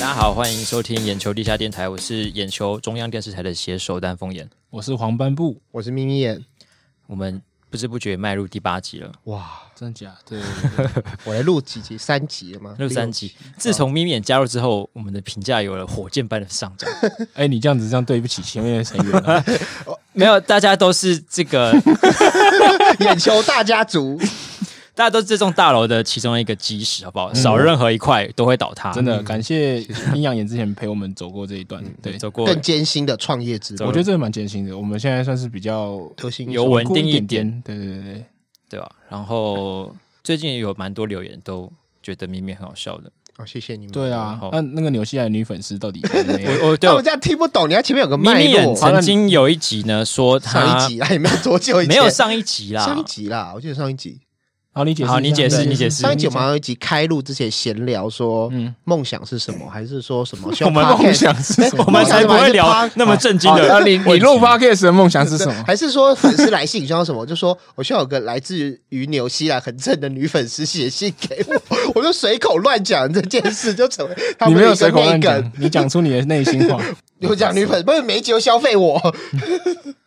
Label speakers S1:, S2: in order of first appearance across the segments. S1: 好，欢迎收听眼球地下电台，我是眼球中央电视台的写手丹凤眼。
S2: 我是黄斑布，
S3: 我是眯眯眼，
S1: 我们不知不觉迈入第八集了，
S3: 哇，
S2: 真假？对， 对对
S3: 我来录几集？三集了吗？
S1: 录三集。自从咪咪眼加入之后，我们的评价有了火箭般的上涨。
S2: 哎，你这样子这样对不起前面的成员啊，
S1: 没有，大家都是这个，
S3: 六集， 眼球大家族，
S1: 大家都是这栋大楼的其中一个基石，好不
S3: 嗯
S1: 好？少任何一块都会倒塌。
S2: 真的感谢阴阳眼之前陪我们走过这一段。对，
S1: 嗯走过
S3: 更艰辛的创业之
S1: 走
S3: 路
S2: 我，觉得这个蛮艰辛的。我们现在算是比较
S3: 流行
S1: 有稳定一
S2: 一
S1: 点，，嗯
S2: 对对对对，
S1: 对吧？然后最近有蛮多留言都觉得咪咪很好笑的。
S3: 哦，谢谢你们。
S2: 对啊
S1: 好。
S2: 那那个纽西兰女粉丝到底有没有？
S1: 我我对
S3: 他
S1: 我
S3: 们这样听不懂，你看前面有个
S1: 咪
S3: 脉
S1: 咪眼
S3: 络。
S1: 曾经有一集呢说他
S3: 上一集啦，也没有多久以前，
S1: 没有上一集啦，
S3: 上一集啦，我记得上一集，
S2: 好，你解释一下，
S1: 好你解释
S2: 对
S1: 你解释
S3: 上一集我们还有一集开录之前闲聊说，梦想是什么，还是说什么？希
S2: 我
S3: 望
S2: 们
S3: podcast-
S2: 梦想是什么？
S1: 我们才不会聊
S3: 还
S1: 那么震惊
S2: 好
S3: 哦
S1: 的
S2: 那 你你录 podcast 的梦想是什
S3: 对
S2: 么？
S3: 还是说粉丝来信，你知道什么？就说我希望有个来自于纽西兰很正的女粉丝写信给我， 我就随口乱讲这件事，就成为他
S2: 你
S3: 们
S2: 没有
S3: 的一个
S2: 随口乱
S3: 内
S2: 讲
S3: 梗。，
S2: 你讲出你的内心 话。
S3: 有讲女粉丝，不是每一集都消费我，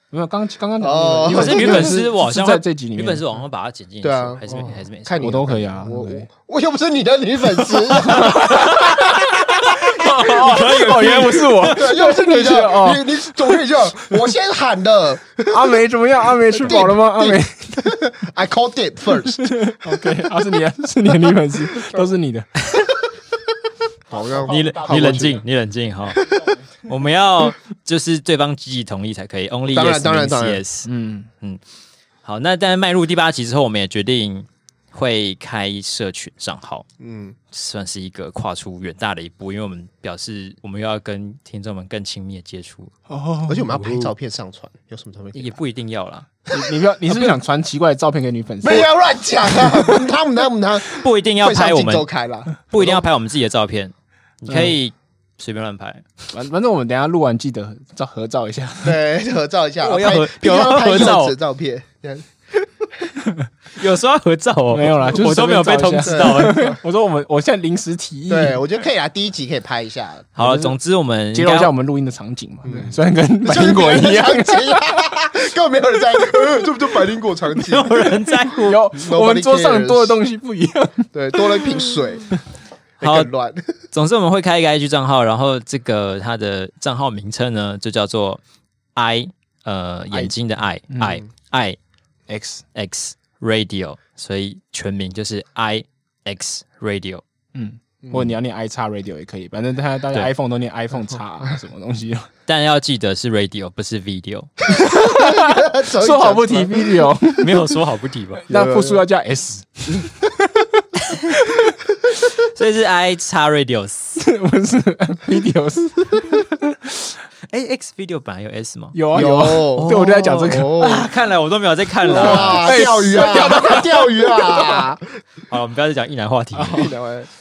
S2: 没有，刚刚刚讲
S3: 哦
S2: 你
S1: 可是女粉丝，我好像
S2: 是在
S1: 会
S2: 这集里面，
S1: 女粉丝我好像把它剪进去，
S3: 对啊
S1: 还是没还是没
S3: 看你
S2: 我都可以啊。
S3: 我我
S2: 对
S3: 我又不是你的女粉 丝，
S2: 哦，原来不是我。
S3: 对又不是你
S2: 对
S3: 的，
S2: 哦
S3: 你你总可以这样，我先喊的
S2: 阿梅怎么样？阿梅吃饱了吗？ 阿梅
S3: ，I called it first。
S2: ，OK，阿、是你 的，是你的女粉丝，都是你的。
S3: 好，让
S1: 你冷你冷静，你冷静哈。我们要就是对方积极同意才可以，Only
S3: 当然
S1: yes
S3: 当然
S1: means
S3: 当然
S1: yes。
S2: 嗯，
S1: 好，那在迈入第八集之后，我们也决定会开社群账号，
S3: 嗯，
S1: 算是一个跨出远大的一步，因为我们表示我们又要跟听众们更亲密的接触，
S2: 哦
S3: 而且我们要拍照片上传，有什么照片可以
S2: 嗯
S1: 也不一定要啦，
S2: 你你不要，你是不是想传奇怪的照片给女粉丝？
S3: 不要乱讲啊！他们他们他
S1: 不一定要
S3: 会上
S1: 拍我
S3: 镜
S1: 们，
S3: 周开啦，
S1: 不一定要拍我们自己的照片，
S2: 嗯
S1: 你可以随便乱拍。
S2: 反反正我们等一下录完记得照合照一下。
S3: 对，合照一下。
S1: 我要合
S3: 拍平常拍
S1: 有要合照
S3: 柚子照片，这样
S1: 有时候要合照哦，
S2: 没有啦，就是
S1: 我都没有被通知到。
S2: 我说我们，我现在临时提议，
S3: 对我觉得可以啊。第一集可以拍一 下，
S1: 好了，总之我们
S2: 揭
S1: 应
S2: 露
S1: 该
S2: 一下我们录音的场景嘛。对虽然跟百灵果一样，
S3: 就是没有人 长期，根本没有人在， 呃这不就百灵果长期？
S1: 有人在乎。
S2: 有我们桌上多的东西不一样。
S3: 对，多了一瓶水，
S1: 好
S3: 很乱。
S1: 总之我们会开一个 IG 账号，然后这个它的账号名称呢就叫做 I 呃眼睛的 I
S2: 嗯
S1: I I
S2: X，
S1: X Radio，所以全名就是 I X Radio。
S2: 嗯。或者你要念 i 叉 radio 也可以，反正他大
S1: 对
S2: 家 iPhone 都念 iPhone 叉、 什么东西，
S1: 但要记得是 radio 不是 video，
S2: 说好不提 video，
S1: 没有说好不提吧？
S2: 那复数要加 s，
S1: 所以是 I 叉 radios。
S2: 不是 videos，
S1: 哎，X video 本来有 S 吗？
S2: 有啊
S3: 有
S2: 有啊，对，我就在讲这个。 哎
S3: 哦
S1: 啊，看来我都没有在看了。
S3: 哇，钓鱼
S1: 哎
S3: 啊，钓到钓鱼 啊！
S1: 好了，我们不要再讲一男话题。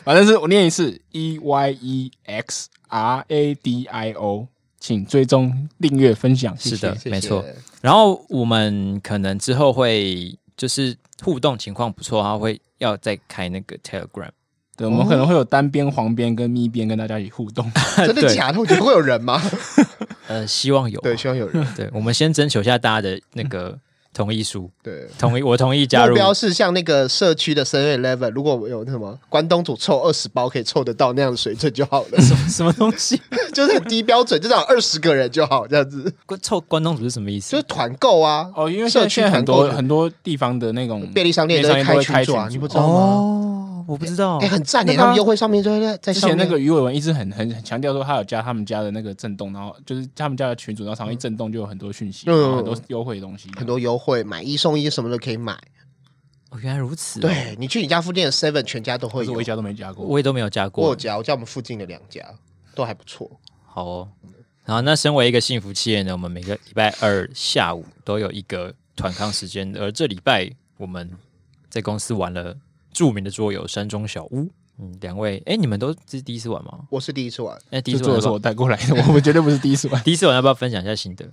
S2: 反正是我念一次 e y e x r a d i o，请追踪、订阅、分享，谢谢
S1: 是的，
S3: 谢谢
S1: 没错。然后我们可能之后会就是互动情况不错，然后会要再开那个 Telegram。
S2: 对，我们可能会有单边、黄边跟咪边跟大家一起互动。
S3: 真的
S1: 对
S3: 假的？我觉得会有人吗？
S1: 呃，希望有。
S3: 对，希望有人。
S1: 对，我们先征求一下大家的那个同意书，
S3: 对，
S1: 同意我同意加入
S3: 目。标是像那个社区的 Seven Eleven，如果有那什么关东煮凑二十包可以凑得到那样的水准就好了，
S1: 什么什么东西？
S3: 就是很低标准，就找二十个人就好，这样子
S1: 关凑关东煮是什么意
S3: 就
S1: 思
S3: 是？团购 啊。
S2: 哦，因为现
S3: 社
S2: 在
S3: 区
S2: 现在很多
S3: 团购
S2: 很多地方的那种
S3: 便利商店都
S2: 便利
S3: 会
S2: 商店都会
S3: 开
S2: 开
S3: 群组啊，
S2: 群组
S3: 你不知道吗？
S1: 哦，我不知道
S3: 哎，。很赞
S2: 那
S3: 耶！
S2: 个啊
S3: 他们优惠上面就会在在
S2: 之
S3: 上
S2: 前
S3: 面
S2: 那个鱼尾纹一直很很很强调说，他有加他们家的那个震动，然后就是他们家的群主，然后常一震动就有很多讯息，
S3: 嗯
S2: 然后很多优惠的东西，
S3: 很多优惠，买一送一什么都可以买。
S1: 哦，原来如此。，
S3: 对你去你家附近的 Seven，全家都
S2: 可
S3: 会
S2: 是
S3: 有
S2: 我一。家都没加过。
S1: 我也都没有加
S3: 我有
S1: 过。
S3: 家，我家我们附近的两家都还不错。
S1: 好哦。然后，那身为一个幸福企业呢，我们每个礼拜二下午都有一个团康时间，而这礼拜我们在公司玩了著名的桌游《山中小屋》。嗯，两位，哎，你们都这是第一次玩吗？
S3: 我是第一次玩，
S1: 哎，第一
S2: 就
S1: 次
S2: 做
S1: 玩要
S2: 的是
S1: 不
S2: 我
S1: 要，
S2: 带过来的，我我绝对不是第一次玩。
S1: 第一次玩要不要分享一下心得？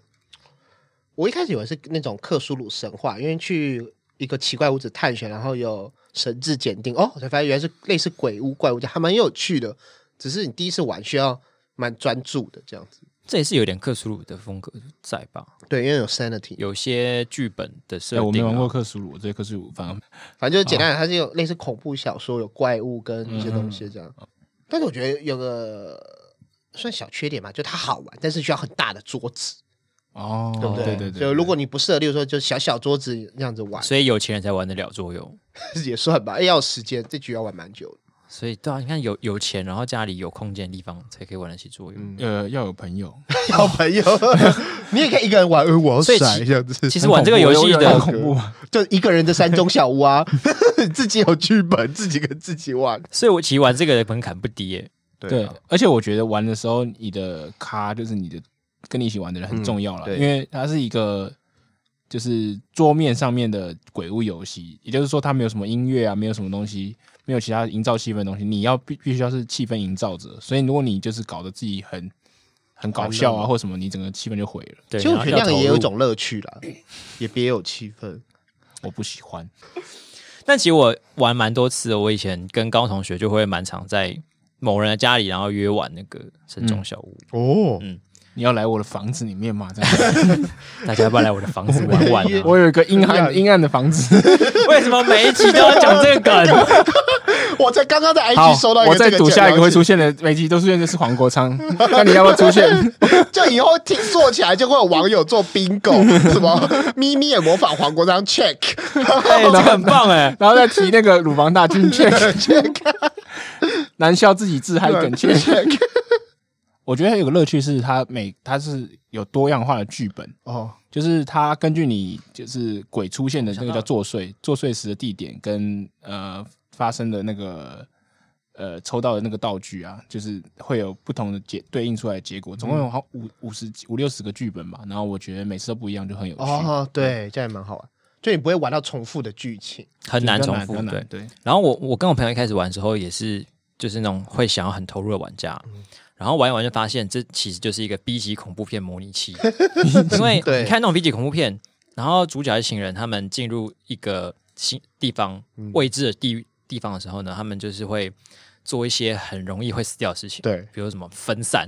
S3: 我一开始以为是那种克苏鲁神话，因为去一个奇怪屋子探险，然后有神智检定，哦，我才发现原来是类似鬼屋怪物，还蛮有趣的。只是你第一次玩需要蛮专注的这样子。
S1: 这也是有点克苏鲁的风格在吧？
S3: 对，因为有 sanity，
S1: 有些剧本的设
S2: 哎，我没
S1: 定、
S2: 玩
S1: 啊
S2: 过克苏鲁，我对克苏鲁反而
S3: 反正就是简
S1: 嗯
S3: 单，它是有类似恐怖小说，有怪物跟一些东西这样。但是我觉得有个算小缺点嘛，就它好玩，但是需要很大的桌子，
S2: 哦，
S3: 对不
S2: 对对
S3: 对
S2: 对，
S3: 就如果你不适合，例如说就小小桌子那样子玩，
S1: 所以有钱人才玩得了桌游。
S3: 也算吧，要有时间，这局要玩蛮久的。
S1: 所以对啊，你看有有钱，然后家里有空间的地方才可以玩得起桌游。
S2: 呃要有 朋友，
S3: 要朋友， 你也可以一个人玩，呃我要
S1: 所以
S3: 甩
S1: 其
S3: 这样子，
S1: 其实玩这个游戏
S2: 很
S1: 的，
S2: 恐怖吗，
S3: 就一个人的山中小屋啊， 自己有剧本，自己跟自己玩。
S1: 所以我其实玩这个的门槛不低耶、
S2: 对，
S3: 啊
S2: 而且我觉得玩的时候，你的咖就是你的跟你一起玩的人很重要了，
S3: 嗯对
S2: 因为它是一个就是桌面上面的鬼屋游戏，也就是说它没有什么音乐啊，没有什么东西，没有其他营造气氛的东西，你要必必须要是气氛营造者，所以如果你就是搞得自己很很搞笑啊或什么，你整个气氛就毁了，
S1: 对，
S3: 其实我
S1: 然后
S3: 觉得那
S1: 要
S3: 样
S1: 投
S3: 也有一
S1: 入
S3: 种乐趣啦，也别有气氛。
S2: 我不喜欢。
S1: 但其实我玩蛮多次的，我以前跟高中同学就会蛮常在某人的家里，然后约玩那个神中小屋，
S3: 哦，
S2: 你要来我的房子里面嘛？这 样
S1: 大家要不要来我的房子玩玩、啊？
S2: 我有一个阴暗阴暗的房子。
S1: 为什么每一集都要讲这个梗？
S3: 我在刚刚在
S2: 好
S3: IG 哎收到，一个
S2: 我再
S3: 这
S2: 赌下一个会
S3: 简
S2: 出现的危机，都出现的是黄国昌。 那你要不要出现？
S3: 就以后听做起来就会有网友做 bingo，什么咪咪也模仿黄国章 check
S1: 哎、这个很棒哎、
S2: 然后再提那个乳房大军 券，男校自己自嗨
S3: 啊
S2: 梗券。
S3: check
S2: 我觉得有个乐趣是它每它是有多样化的剧本，
S3: 哦，
S2: 就是它根据你就是鬼出现的那个
S1: 想
S2: 叫
S1: 到
S2: 作祟，作祟时的地点跟呃发生的那个呃抽到的那个道具啊，就是会有不同的结对应出来的结
S1: 嗯
S2: 果，总共有好像五五十几五六十个剧本吧。然后我觉得每次都不一样，就很有趣。
S3: 哦，对，这样也蛮好玩，就你不会玩到重复的剧情。
S1: 很难
S2: 比较
S1: 重复
S2: 比较难
S1: 对。
S2: 对，
S1: 然后我我跟我朋友一开始玩的时候也是，就是那种会想要很投入的玩家，然后玩一玩就发现这其实就是一个 B 级恐怖片模拟 器，因为
S3: 对
S1: 你看那种 B 级恐怖片，然后主角一行人他们进入一个新地方
S3: 嗯
S1: 未知的地地方的时候呢，他们就是会做一些很容易会死掉的事情，
S3: 对，
S1: 比如什么分散，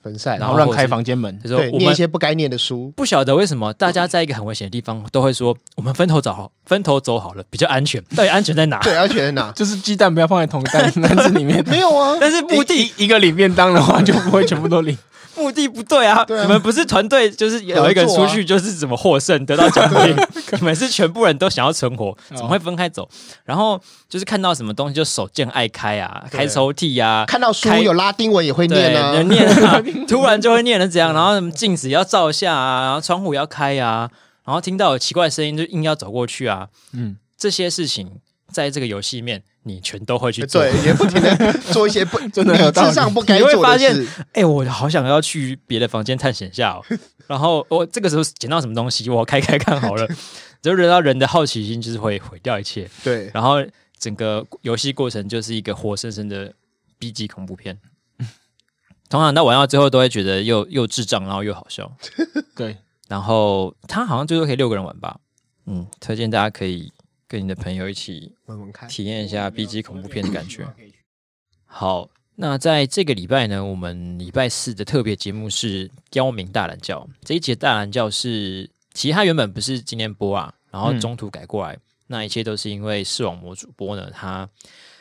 S3: 分散，
S2: 然
S1: 然
S2: 后
S1: 后
S2: 乱
S1: 或者
S2: 开
S1: 是
S2: 房间门，
S1: 就是
S3: 对，
S1: 说我
S3: 念一
S1: 们
S3: 些不该念的书，
S1: 不晓得为什么大家在一个很危险的地方都会说我们分头走好，分头走好了比较安全，到底安全在哪？
S3: 对，要选在 哪？
S2: 就是鸡蛋不要放在同 个蛋篮子里面。
S3: 没有啊，
S1: 但是目的
S2: 一一个领便当的话，就不会全部都领。
S1: 目的不对啊！
S3: 啊
S1: 你们不是团队，就是有一个人出去就是怎么获胜、得到奖 品，你们是全部人都想要存
S3: 哦
S1: 活，怎么会分开走？然后就是看到什么东西就手贱爱开啊，
S3: 对
S1: 开抽屉啊，
S3: 看到书
S1: 开
S3: 有拉丁文也会
S1: 对
S3: 念啊，
S1: 人念 啊，突然就会念了怎样？然后什么镜子要照下啊，然后窗户也要开啊，然后听到有奇怪的声音就硬要走过去啊，
S2: 嗯
S1: 嗯，这些事情在这个游戏里面你全都会去做，
S3: 哎对，也不停的做一些不
S2: 真的很有
S3: 理
S2: 道理
S3: 智上不该
S1: 你会
S3: 做
S1: 发
S3: 的
S1: 现
S3: 事。
S1: 哎、我好想要去别的房间探险一下、哦。然后我这个时候捡到什么东西，我开开看好 了。就惹到人的好奇心，就是会毁掉一切。
S3: 对，
S1: 然后整个游戏过程就是一个活生生的 B 级恐怖片。
S3: 嗯
S1: 通常到玩到最后都会觉得又又智障，然后又好 笑。
S2: 对，
S1: 然后它好像最多可以六个人玩吧。嗯，推荐大家可以跟你的朋友一起
S3: 闻闻看，
S1: 体验一下 B 级恐怖片的感觉。 好，那在这个礼拜呢，我们礼拜四的特别节目是刁民大懒教。这一节大懒教是，其实它原本不是今天播啊，然后中途改过来，那一切都是因为视网膜主播呢，他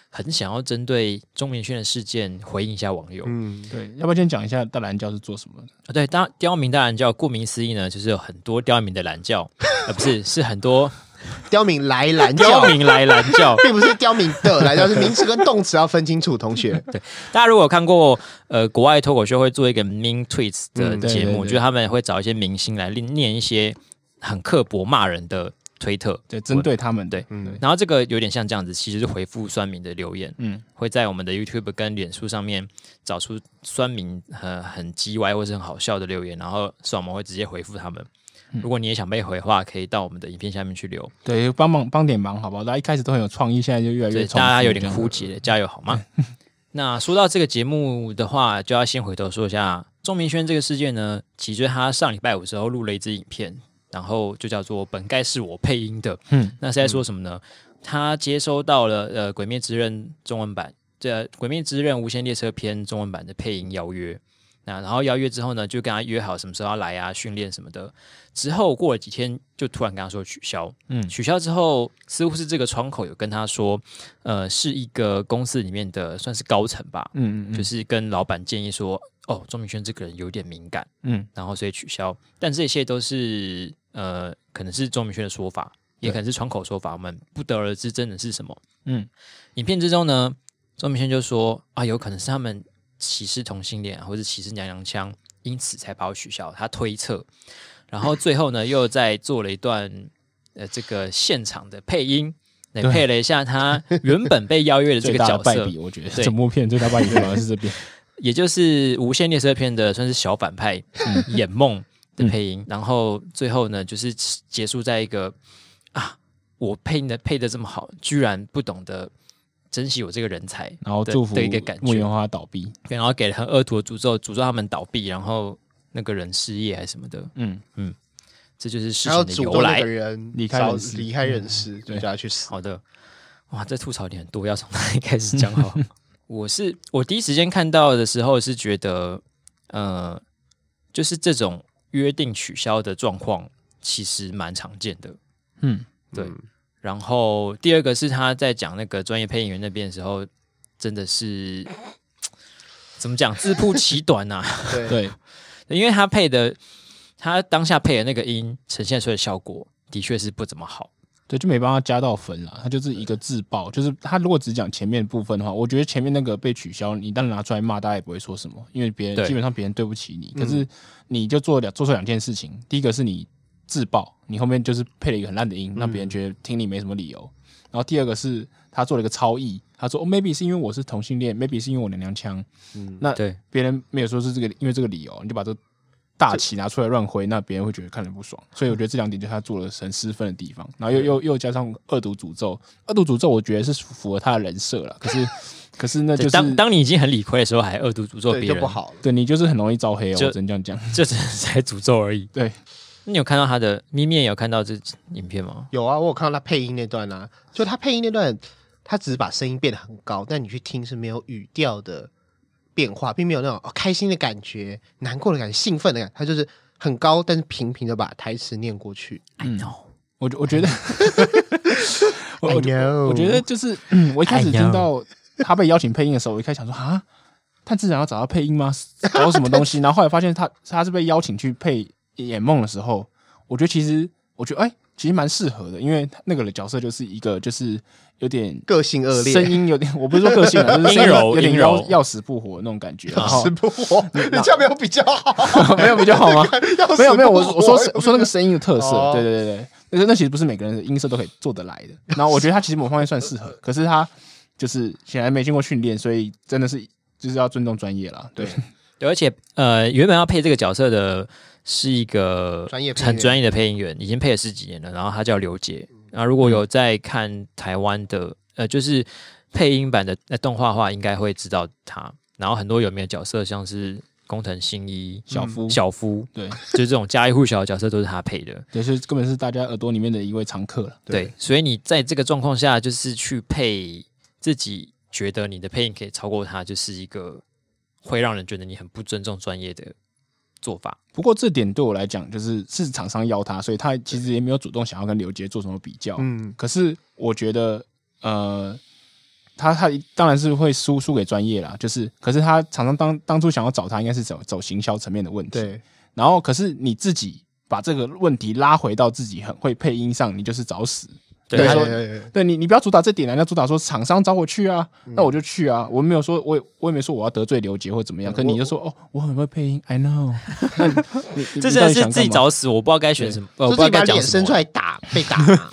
S1: 很想要针对钟明轩的事件回应一下网友。
S3: 嗯，
S2: 对，要不要先讲一下大蓝教是做什么的？
S1: 啊对，当刁民大懒教，顾名思义呢，就是有很多刁民的懒 教，呃，不是，是很多
S3: 刁民来 蓝教
S1: 刁，民来懒教。
S3: 并不是刁民的来教，是名词跟动词要分清楚，同 学。
S1: 大家如果有看过呃国外脱口秀会做一个 mean tweets 的
S3: 嗯
S2: 对
S1: 节
S2: 对
S1: 目，
S2: 对
S1: 就是他们会找一些明星来念念一些很刻薄骂人的推特。
S2: 对，针对他们，
S1: 对
S2: 嗯对，
S1: 然后这个有点像这样子，其实是回复酸民的留言，
S2: 嗯，
S1: 会在我们的 YouTube 跟脸书上面找出酸民呃很叽歪或是很好笑的留言，然后视网膜会直接回复他们。
S2: 嗯
S1: 如果你也想被回的话，可以到我们的影片下面去留。
S2: 对，帮忙帮点忙，好不好？大家一开始都很有创意，现在就越来
S1: 对，
S2: 越重复
S1: 大家有点
S2: 这
S1: 枯
S2: 样
S1: 竭，加油好 吗？那说到这个节目的话，就要先回头说一下钟明轩这个事件呢。其实他上礼拜五时候录了一支影片，然后就叫做“本该是我配音的”。
S2: 嗯
S1: 嗯，那是在说什么呢？他接收到了呃《鬼灭之刃》中文版这《鬼灭之刃：无限列车篇》中文版的配音邀约。那然后邀约之后呢，就跟他约好什么时候要来啊，训练什么的。之后过了几天，就突然跟他说取消。
S2: 嗯
S1: 取消之后，似乎是这个窗口有跟他说，呃，是一个公司里面的算是高层吧，
S2: 嗯嗯，
S1: 就
S2: 嗯
S1: 是跟老板建议说，哦，钟明轩这个人有点敏感，
S2: 嗯
S1: 然后所以取消。但这些都是呃，可能是钟明轩的说法，也
S2: 对
S1: 可能是窗口说法，我们不得而知真的是什么。
S2: 嗯
S1: 影片之中呢，钟明轩就说啊，有可能是他们歧视同性恋、啊，或者歧视娘娘腔，因此才把我取消。他推测，然后最后呢， 又在做了一段呃这个现场的配音，来
S2: 对
S1: 配了一下他原本被邀约的这
S2: 最
S1: 个
S2: 大
S1: 角
S2: 的败
S1: 色
S2: 笔，，我觉得
S1: 对
S2: 整部片最大败笔反而是这 边。
S1: 也就是《无限列车篇》的算是小反派
S2: 嗯
S1: 眼梦的配音，然后最后呢，就是结束在一个啊，我配音的配的这么好，居然不懂得珍惜我这个人才，
S2: 然后
S1: 的
S2: 祝福
S1: 的一个感
S2: 木
S1: 觉
S2: 莲，花倒闭。
S1: 然后给了很恶毒的诅咒，诅咒他们倒闭，然后那个人失业还是什么的，
S2: 嗯，
S1: 这就是事
S3: 还要
S1: 情的
S3: 主
S1: 由
S3: 动那
S1: 来
S3: 个。人
S2: 离开
S3: 早
S2: 人世
S3: 离开人世，就
S2: 对
S3: 叫他去死。
S1: 好的，哇，这吐槽点很多，要从哪里开始讲好？ 我是我第一时间看到的时候是觉得，呃，就是这种约定取消的状况其实蛮常见的。
S2: 嗯，
S1: 对
S3: 嗯
S1: 然后第二个是他在讲那个专业配音员那边的时候，真的是怎么讲自曝其短呐、啊
S3: 对，
S2: 对，
S1: 因为他配的他当下配的那个音呈现出来的效果的确是不怎么好。
S2: 对，就没办法加到分了，它就是一个自爆。就是他如果只讲前面部分的话，我觉得前面那个被取消，你当然拿出来骂，大家也不会说什么，因为别人
S1: 对
S2: 基本上别人对不起你。可是你就做两做错两件事情，第一个是你自爆，你后面就是配了一个很烂的音，让别人觉得听你没什么理由。然后第二个是他做了一个超译，他说哦，maybe 是因为我是同性恋，maybe 是因为我娘娘腔，那
S1: 对，
S2: 别人没有说是这个因为这个理由，你就把这个大旗拿出来乱挥，那别人会觉得看着不爽。所以我觉得这两点就是他做了很失分的地方，然后又又又加上恶毒诅咒，恶毒诅咒我觉得是符合他的人设了，可是可是那
S1: 对
S2: 就是
S1: 当当你已经很理亏的时候，还恶毒诅咒
S3: 对
S1: 别
S3: 就
S1: 人，
S3: 不好了。
S2: 对你就是很容易招黑哦，
S1: 就
S2: 我只能这样讲。
S1: 就只是在诅咒而已。
S2: 对，
S1: 那你有看到他的咪咪也有看到这影片吗？
S3: 有啊，我有看到他配音那段啊，就他配音那段，他只是把声音变得很高，但你去听是没有语调的变化，并没有那种、哦、开心的感觉、难过的感觉、兴奋的感觉，他就是很高，但是平平的把台词念过去。
S1: 嗯 know，
S2: 我觉我觉得我
S3: I
S2: 哦我觉
S3: know
S2: 我
S1: 哦
S2: 觉得就是、嗯我一开
S1: I
S2: 始
S1: know
S2: 听到他被邀请配音的时候，我一开始想说啊，炭治郎要找他配音吗？搞什么 东西？然后后来发现他他是被邀请去配《演梦》的时候，我觉得其实我觉得哎、其实蛮适合的，因为他那个角色就是一个就是有点。
S3: 个性恶劣，
S2: 声音有点，我不是说个性啊，就是声音
S1: 阴柔
S2: 有点
S1: 阴
S2: 要
S1: 柔
S2: 要死不活的那种感觉。 然后
S3: 死 不活，你这样没有比较好。
S2: 没有比较好吗？
S3: 要 死
S2: 没有没有，我
S3: 不活
S2: 我说是我说那个声音的特
S3: 哦
S2: 色，对对对对，那那其实不是每个人的音色都可以做得来的。然后我觉得他其实某方面算适合，可是他就是显然没经过训练，所以真的是就是要尊重专业啦。对，
S1: 对，而且呃，原本要配这个角色的是一个
S3: 专业配音员
S1: 很专业的配音员，已嗯经配了十几年了。然后他叫刘杰。那如果有在看台湾的呃，就是配音版的呃动画化，应该会知道他。然后很多有名的角色，像是工藤新一、
S2: 小夫
S1: 嗯小夫，
S2: 对，
S1: 就是这种家喻户晓的角色都是他配的。
S2: 也是根本是大家耳朵里面的一位常客了。
S1: 对，所以你在这个状况下，就是去配自己觉得你的配音可以超过他，就是一个会让人觉得你很不尊重专业的做法。
S2: 不过这点对我来讲，就是是厂商邀他，所以他其实也没有主动想要跟刘杰做什么比较。
S3: 嗯，
S2: 可是我觉得，呃，他他当然是会输输给专业啦，就是，可是他厂商当当初想要找他，应该是走走行销层面的问题。
S3: 对，
S2: 然后可是你自己把这个问题拉回到自己很会配音上，你就是找死。
S1: 对
S2: 他
S1: 说
S2: 说对你，你不要主打这点啊，你要主打说厂商找我去啊，那我就去啊。我没有说，我也我也没说我要得罪刘杰或怎么样。可你就说哦，我很会配音，I know 那你。你 你
S1: 这
S2: 你
S1: 真
S2: 到
S1: 的
S2: 底
S1: 是
S2: 想
S1: 自己
S2: 干嘛
S1: 找死，我不知道该选什么，呃我
S3: 就
S1: 不
S3: 自
S1: 知道
S3: 己
S1: 该
S3: 把
S1: 讲
S3: 脸
S1: 什
S3: 伸出
S1: 么。
S3: 来打，被打嘛。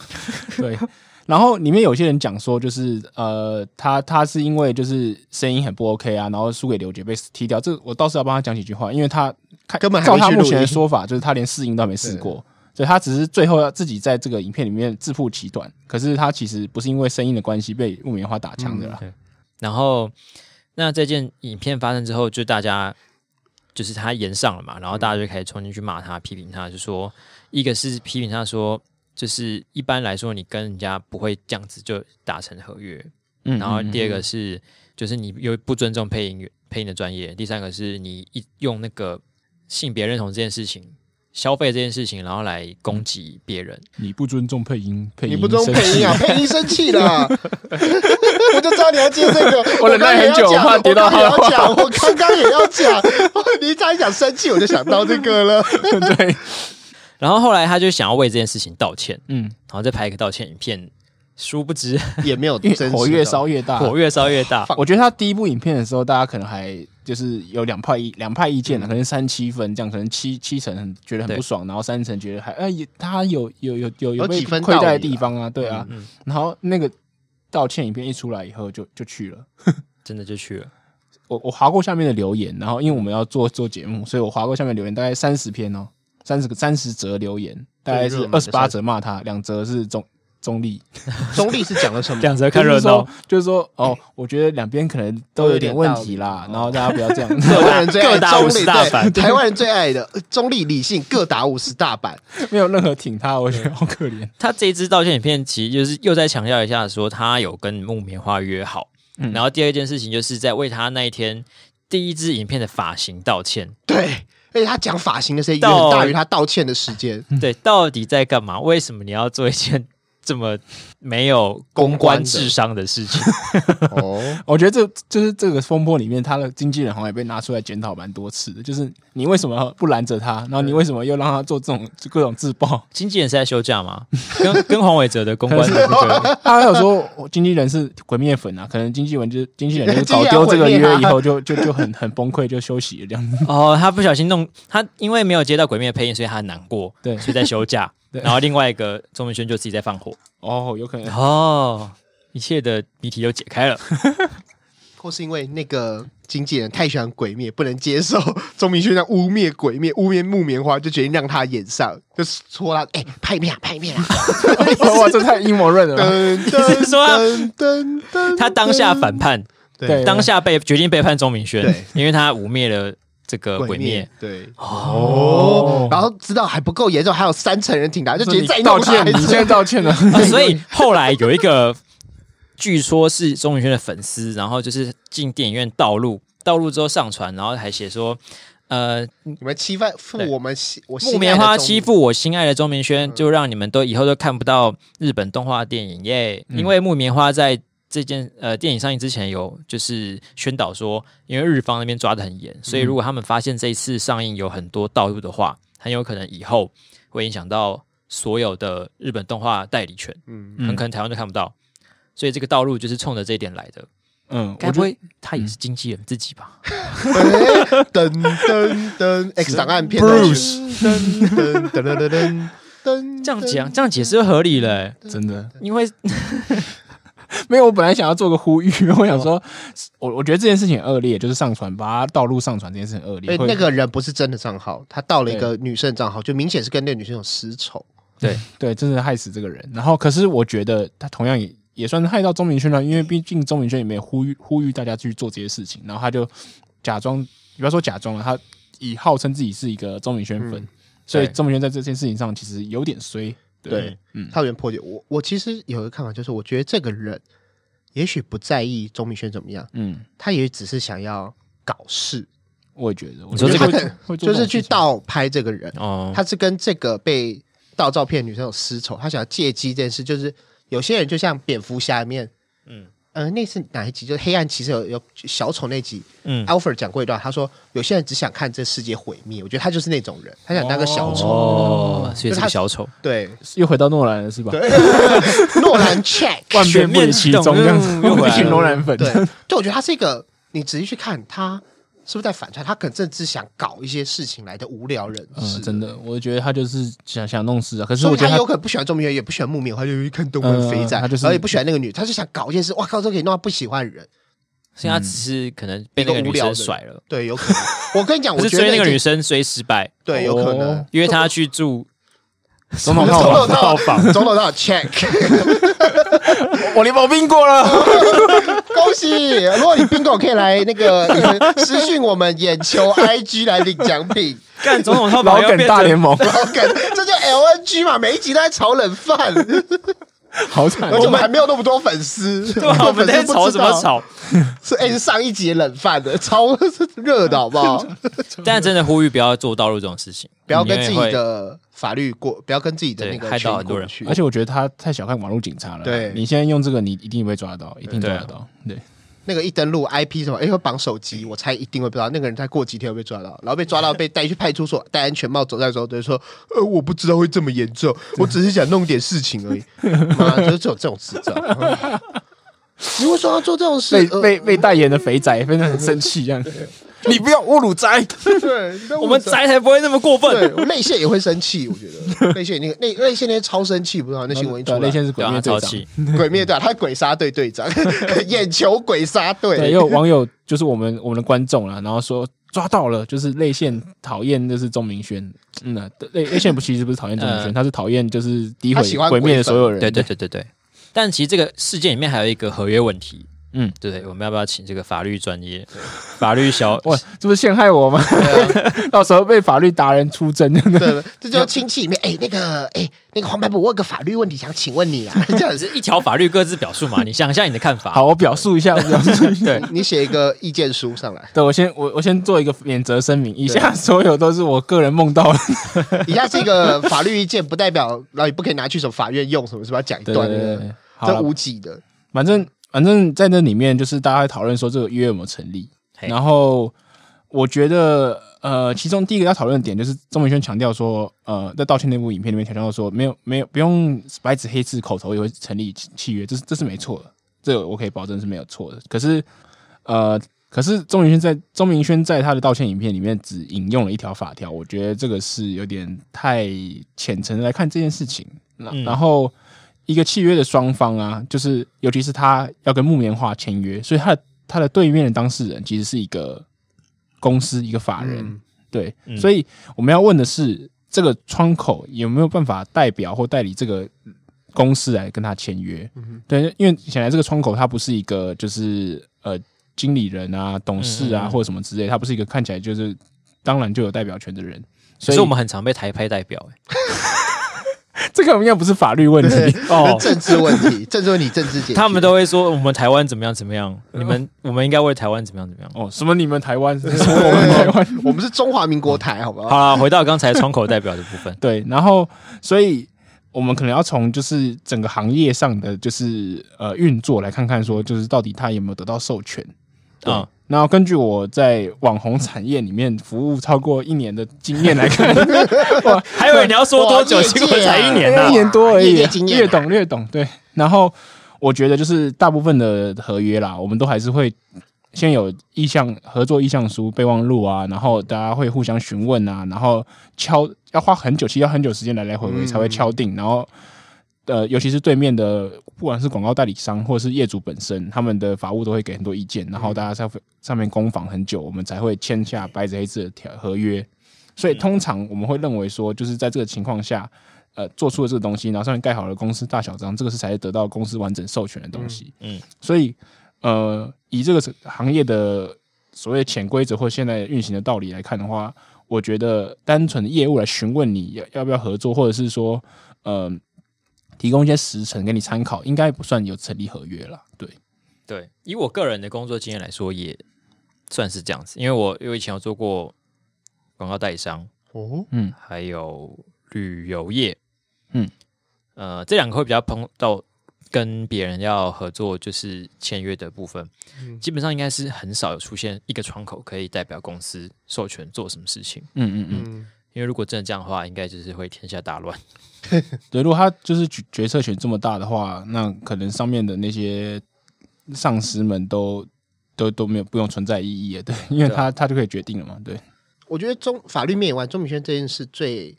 S2: 对。然后里面有些人讲说，就是呃，他他是因为就是声音很不 OK 啊，然后输给刘杰被踢掉。这我倒是要帮他讲几句话，因为他看
S3: 根本还
S2: 照
S3: 没
S2: 他
S3: 去
S2: 目
S3: 录
S2: 前的
S3: 音
S2: 说法，就是他连试音都没试过，所以他只是最后要自己在这个影片里面自曝其短。可是他其实不是因为声音的关系被木棉花打枪的啦。
S1: 然后，那这件影片发生之后，就大家就是他延上了嘛，然后大家就开始冲进去骂他、批评他，就说一个是批评他说，就是一般来说你跟人家不会这样子就达成合约，
S2: 嗯
S1: 然后
S2: 嗯
S1: 第二个是就是你又不尊重配音员配音的专业，第三个是你一用那个性别认同这件事情。消费这件事情，然后来攻击别人，
S2: 你不尊重配音，配音
S3: 你不中
S2: 生
S3: 配
S2: 气
S3: 音啊，配音生气了，我就知道你要接这个，
S2: 我忍耐很久
S3: 我
S2: 我怕
S3: 刚刚也
S2: 跌到他的
S3: 要讲，我刚刚也要讲， 你一讲讲生气，我就想到这个了。
S2: 对，
S1: 然后后来他就想要为这件事情道歉，
S2: 嗯，
S1: 然后再拍一个道歉影片，殊不知
S3: 也没有
S2: 因
S3: 真实
S2: 为
S3: 的
S2: 火越烧越大。
S1: 火越烧越大。
S2: 我觉得他第一部影片的时候，大家可能还就是有两派意两派意
S3: 嗯
S2: 见啊，可能三七分这样，可能七七成很觉得很
S1: 对
S2: 不爽，然后三成觉得还哎、也他有有有有
S3: 有
S2: 被
S3: 几分
S2: 亏待
S3: 道
S2: 的
S3: 理
S2: 地
S3: 啦
S2: 方啊，对啊，
S1: 嗯嗯，
S2: 然后那个道歉影片一出来以后就就去了。
S1: 真的就去了。
S2: 我我划过下面的留言，然后因为我们要做做节目，所以我划过下面留言，大概三十篇哦，三十个三十则留言，大概
S3: 最
S2: 是
S3: 热门
S2: 二
S3: 的
S2: 十八
S3: 三
S2: 则骂他，两则是中中立，
S3: 中立是讲了 什么？
S1: 两则看
S2: 就
S1: 热
S2: 是
S1: 闹
S2: 说，就是说哦，我觉得两边可能都有点问题啦，
S3: 都有点
S2: 然后大
S3: 道理哦
S2: 家不要这样，
S3: 台湾人最爱
S1: 各打
S3: 中
S1: 五
S3: 立，
S1: 十大板
S3: 对，台湾人最爱的呃中立理性各打五十大板，
S2: 没有任何挺他，我觉得好可怜。
S1: 他这一支道歉影片，其实就是又再强调一下，说他有跟木棉花约好。
S2: 嗯
S1: 然后第二件事情就是在为他那一天第一支影片的发型道歉。
S3: 对。而且他讲发型的时间远
S1: 到
S3: 远大于他道歉的时间，
S2: 嗯
S1: 对，到底在干嘛？为什么你要做一件这么没有
S3: 公关
S1: 关
S3: 的
S1: 智商的事情？
S3: 哦，
S2: 我觉得这就是这个风波里面，他的经纪人好像也被拿出来检讨蛮多次的，就是你为什么不拦着他，然后你为什么又让他做这种各种自爆？
S1: 经纪人是在休假吗？跟 跟黄伟哲的公关
S2: 可
S1: 的那个
S2: 他还有说，我经纪人是鬼灭粉啊，可能经纪人就是经纪人就是搞丢这个约以后就，就就很很崩溃，就休息了这 样子。
S1: 哦，他不小心弄他，因为没有接到《鬼灭》配音，所以他很难过，
S2: 对
S1: 所以在休假。
S2: 对
S1: 然后另外一个钟明轩就自己在放火。
S2: 哦，有可能
S1: 哦，一切的谜题都解开了。
S3: 或是因为那个经纪人太喜欢鬼灭，不能接受 钟明轩这样污蔑鬼灭、污蔑木棉花，就决定让他演上，就是戳他，哎、拍面啊，拍面啊，
S2: 哇，这太阴谋论了吧。
S3: 噔
S1: 你是说
S3: 噔噔噔，
S1: 他当下反叛，
S2: 对
S1: 当下被决定背叛钟明轩
S3: 对，
S1: 因为他污蔑了这个
S3: 鬼
S1: 鬼灭
S3: 灭。，对。
S2: 哦
S3: 哦，然后知道还不够严重，还有三成人挺他，就哎
S2: 就
S3: 决定再
S2: 你
S3: 弄
S2: 道
S3: 他
S2: 歉，你现在道歉了。
S1: 啊所以后来有一个，据说是钟明轩的粉丝，然后就是进电影院道路，道路之后上传，然后还写说，呃，
S3: 你们欺负
S1: 对
S3: 我们心，我心爱
S1: 木
S3: 的
S1: 棉花
S3: 中嗯
S1: 欺负我心爱的钟明轩，就让你们都以后都看不到日本动画电影耶。
S3: 嗯
S1: 因为木棉花在这件呃电影上映之前有就是宣导说，因为日方那边抓的很严，
S3: 嗯
S1: 所以如果他们发现这一次上映有很多盗录的话，很有可能以后会影响到所有的日本动画代理权，
S3: 嗯，
S1: 很可能台湾都看不到。所以这个道路就是冲着这一点来的，
S2: 嗯，
S1: 该
S2: 我
S1: 不
S2: 觉得
S1: 会他也是经纪人自己
S3: 嗯
S1: 吧？
S3: 哎噔噔噔，X 档案片头曲
S2: Bruce
S3: 噔噔噔噔噔噔噔，
S1: 这样讲，这样解释就合理了欸、
S2: 真的
S3: 嗯
S1: 因为
S2: 没有。我本来想要做个呼吁，我想说，我我觉得这件事情很恶劣，就是上传把它道路上传这件事很恶
S3: 哎
S2: 劣。会
S3: 那个人不是真的账号，他盗了一个女生的账号，就明显是跟那个女生有私仇。
S1: 对，
S2: 对，真的害死这个人。然后，可是我觉得他同样也也算是害到钟明轩了，因为毕竟钟明轩也没有呼吁呼吁大家去做这些事情，然后他就假装，不要说假装了，他以号称自己是一个钟明轩粉，
S3: 嗯
S2: 所以
S1: 对
S2: 钟明轩在这件事情上其实有点衰。
S3: 对，
S2: 嗯
S3: 他有点破解。我我其实有一个看法，就是我觉得这个人也许不在意钟明轩怎么样，
S2: 嗯，
S3: 他也只是想要搞事，
S2: 我也觉得，我
S1: 你说
S2: 觉
S1: 这
S2: 得
S1: 个
S2: 会会做
S3: 就
S2: 这种
S3: 是去
S2: 事情
S3: 盗拍这个人。
S1: 哦，
S3: 他是跟这个被盗照片的女生有私仇，他想要借机这件事，就是有些人就像蝙蝠侠里面，
S1: 嗯
S3: 嗯。呃，那是哪一集？就是黑暗骑士有有小丑那集、
S1: 嗯
S3: a l f r e d 讲过一段，他说有些人只想看这世界毁灭，我觉得他就是那种人，他想当个小丑。
S1: 哦，所以是
S3: 就他
S1: 个小丑，
S3: 对，
S2: 又回到诺兰了是吧？
S3: 对诺兰 check，
S2: 万变不离其宗这样子
S1: 全面启，动嗯又回来
S2: 一
S1: 了
S2: 群诺兰粉。
S3: 对，就我觉得他是一个，你仔细去看他是不是在反差，他可能真的是想搞一些事情来的无聊人士，
S2: 嗯，真的，我觉得他就是想想弄死啊。可是
S3: 所
S2: 我
S3: 以
S2: 觉
S3: 他
S2: 得
S3: 有可能不喜欢钟明轩，也不喜欢木棉花，就去看
S2: 嗯
S3: 动漫肥仔，
S2: 他就是
S3: 然后也不喜欢那个女，他就想搞一件事，哇靠，这可以弄到不喜欢的人。
S1: 所以他只是可能被那个
S3: 一
S1: 女
S3: 个无聊的
S1: 生
S3: 人
S1: 甩了，
S3: 对，有可 能。我跟你讲，
S1: 不
S3: 我
S1: 是
S3: 觉得
S1: 追那个
S3: 已经
S1: 女，生追失败，
S3: 对，有可能。
S2: 哦
S1: 因为他去住
S2: 总
S1: 哦
S2: 统
S3: 总
S2: 套
S3: 统
S2: 房，
S3: 套 房，总统套 check，
S2: 我连保病过了。
S3: 恭喜！如果你 bingo 可以来那个呃私讯我们眼球 IG 来领奖品，
S1: 干总统套
S2: 老
S1: 房，
S2: 梗大联 盟，
S3: 好感，这就 LNG 嘛，每一集都在炒冷饭。
S2: 好惨
S3: 而且我
S2: 哦！
S3: 们还没有那么多粉丝，
S1: 对啊 吧？我们在
S3: 在
S1: 吵什么？吵？
S3: 是哎，是上一集的冷饭的，超 热的好不好？
S1: 但真的呼吁不要做道路这种事情，
S3: 不要跟自己
S1: 因为会
S3: 的法律过，不要跟自己的那
S1: 对
S3: 个
S1: 害
S3: 群
S1: 到很多
S3: 过
S1: 人
S3: 去
S2: 而。且我觉得他太小看网络警察了啦。
S3: 对
S2: 你现在用这个，你一定被抓到，一定抓得到。对，
S3: 那个一登录 IP 什么，哎，会绑手机，我猜一定会被抓。那个人再过几天会被抓到，然后被抓到被带去派出所，戴安全帽走在的时候，就说：“呃，我不知道会这么严重，我只是想弄点事 情而已。”妈，就是这种这种智障。嗯 你为什么要做这种事
S2: 被？
S3: 呃
S2: 被被代言的肥仔非常很生气，这样。你不要侮辱宅，
S3: 呃 对，你在
S1: 我们
S3: 在
S1: 宅才不会那么过分。
S3: 对内线也会生气，我觉得 内线那个内内线那些超生气，不知道那新闻一出
S2: 对，
S3: 来，
S2: 那些是鬼
S1: 对啊，
S2: 灭
S1: 超
S2: 队长。
S1: 气！
S3: 鬼灭队啊，他是鬼杀队队长， 眼球鬼杀
S2: 对，
S3: 队
S2: 也，有网友就是我们我们的观众啊啦，然后说抓到了，就是泪腺讨厌就是钟明轩，嗯啊，泪泪腺不其实不是讨厌钟明轩，
S1: 呃
S2: 他是讨厌就是诋
S3: 嗯他喜
S2: 毁
S3: 欢
S2: 鬼灭的
S3: 鬼粉
S2: 所有人，
S1: 对对对对对。但其实这个事件里面还有一个合约问题，
S2: 嗯，
S1: 对不对，我们要不要请这个法律专业、法律小
S2: 哇，这不是陷害我吗？ 到时候被法律达人出征，
S3: 啊对， 这就是亲戚里面，哎，那个，哎，那个黄白博，我有个法律问题想请问你啊，这 样子，
S1: 一条法律各自表述嘛？你想一下你的看法。
S2: 好，我表述一下，我表述一下。对，
S3: 你写一个意见书上来，
S2: 对我先我我先做一个免责声明，以下所有都是我个人梦 到的，
S3: 以下是一个法律意见，不代表，然后你不可以拿去什么法院用，什么是吧？讲一
S2: 对
S3: 段
S2: 对
S3: 那
S2: 对
S3: 个
S2: 对，，好
S3: 这
S2: 了，
S3: 无几的，
S2: 反正反正在那里面，就是大家会讨论说这个约有没有成立。
S1: 嘿
S2: 然后我觉得，呃，其中第一个要讨论的点就是钟明轩强调说，呃，在道歉那部影片里面强调说，没有没有不用白纸黑字口头也会成立契契约，这是这是没错的，这个我可以保证是没有错的。可是，呃。可是钟明轩在钟明轩在他的道歉影片里面只引用了一条法条，我觉得这个是有点太浅层地来看这件事情。那、
S1: 嗯
S2: 然后一个契约的双方啊，就是尤其是他要跟木棉花签约，所以他的他的对面的当事人其实是一个公司一个法人，
S3: 嗯
S2: 对，所以我们要问的是这个窗口有没有办法代表或代理这个公司来跟他签约？
S1: 嗯
S2: 对，因为显然这个窗口它不是一个就是呃经理人啊、董事
S1: 嗯
S2: 啊、
S1: 嗯嗯
S2: 或者什么之类，它不是一个看起来就是当然就有代表权的人，
S1: 所
S2: 所以
S1: 以我们很常被台派代表、欸，
S2: 这个应该不是法律问
S3: 对
S2: 题，
S1: 哦
S3: 这政治问题，政治问题，政治解决，
S1: 他们都会说我们台湾怎么样怎么样，
S3: 嗯
S1: 你们我们应该为台湾怎么样怎么样。
S2: 哦，什么你们台湾，什么我们台湾，，
S3: 我们是中华民国台，好不好？
S1: 好了，回到刚才窗口代表的部 分
S2: 对，然后所以我们可能要从就是整个行业上的就是呃运作来看看，说就是到底他有没有得到授权。
S1: 嗯
S2: 啊。然后根据我在网红产业里面服务超过一年的经验来看，
S1: 还以为你要说多久，
S3: 哇业
S1: 结
S3: 界啊
S1: 果才一年呢、
S2: 一年多而已
S3: 业界经验啊
S2: 略懂略懂。对，然后我觉得就是大部分的合约啦，我们都还是会先有意向合作意向书备忘录啊，然后大家会互相询问啊，然后敲要花很久，其实要很久时间来来回回才会敲定，然后。呃，尤其是对面的，不管是广告代理商或者是业主本身，他们的法务都会给很多意见，然后大家在上面攻防很久，我们才会签下白纸黑字的条合约。所以通常我们会认为说，就是在这个情况下，呃做出了这个东西，然后上面盖好了公司大小章，这个是才是得到公司完整授权的东西。
S1: 嗯嗯
S2: 所以呃，以这个行业的所谓潜规则或现在运行的道理来看的话，我觉得单纯的业务来询问你要要不要合作，或者是说呃提供一些时辰给你参考，应该不算有成立合约啦。对，
S1: 对，以我个人的工作经验来说，也算是这样子，因为我因为以前有做过广告代理商，
S3: 哦，
S1: 还有旅游业，
S2: 嗯，
S1: 呃，这两个会比较碰到跟别人要合作，就是签约的部分，
S3: 嗯
S1: 基本上应该是很少有出现一个窗口可以代表公司授权做什么事情，
S2: 嗯嗯嗯，
S3: 嗯，
S1: 因为如果真的这样的话，应该就是会天下大 乱。
S2: 对，如果他就是决决策权这么大的话，那可能上面的那些上司们都都都没有不用存在意义了，对，因为
S1: 对啊
S2: 他他就可以决定了嘛，对，
S3: 我觉得中法律面以外，钟明轩这件事最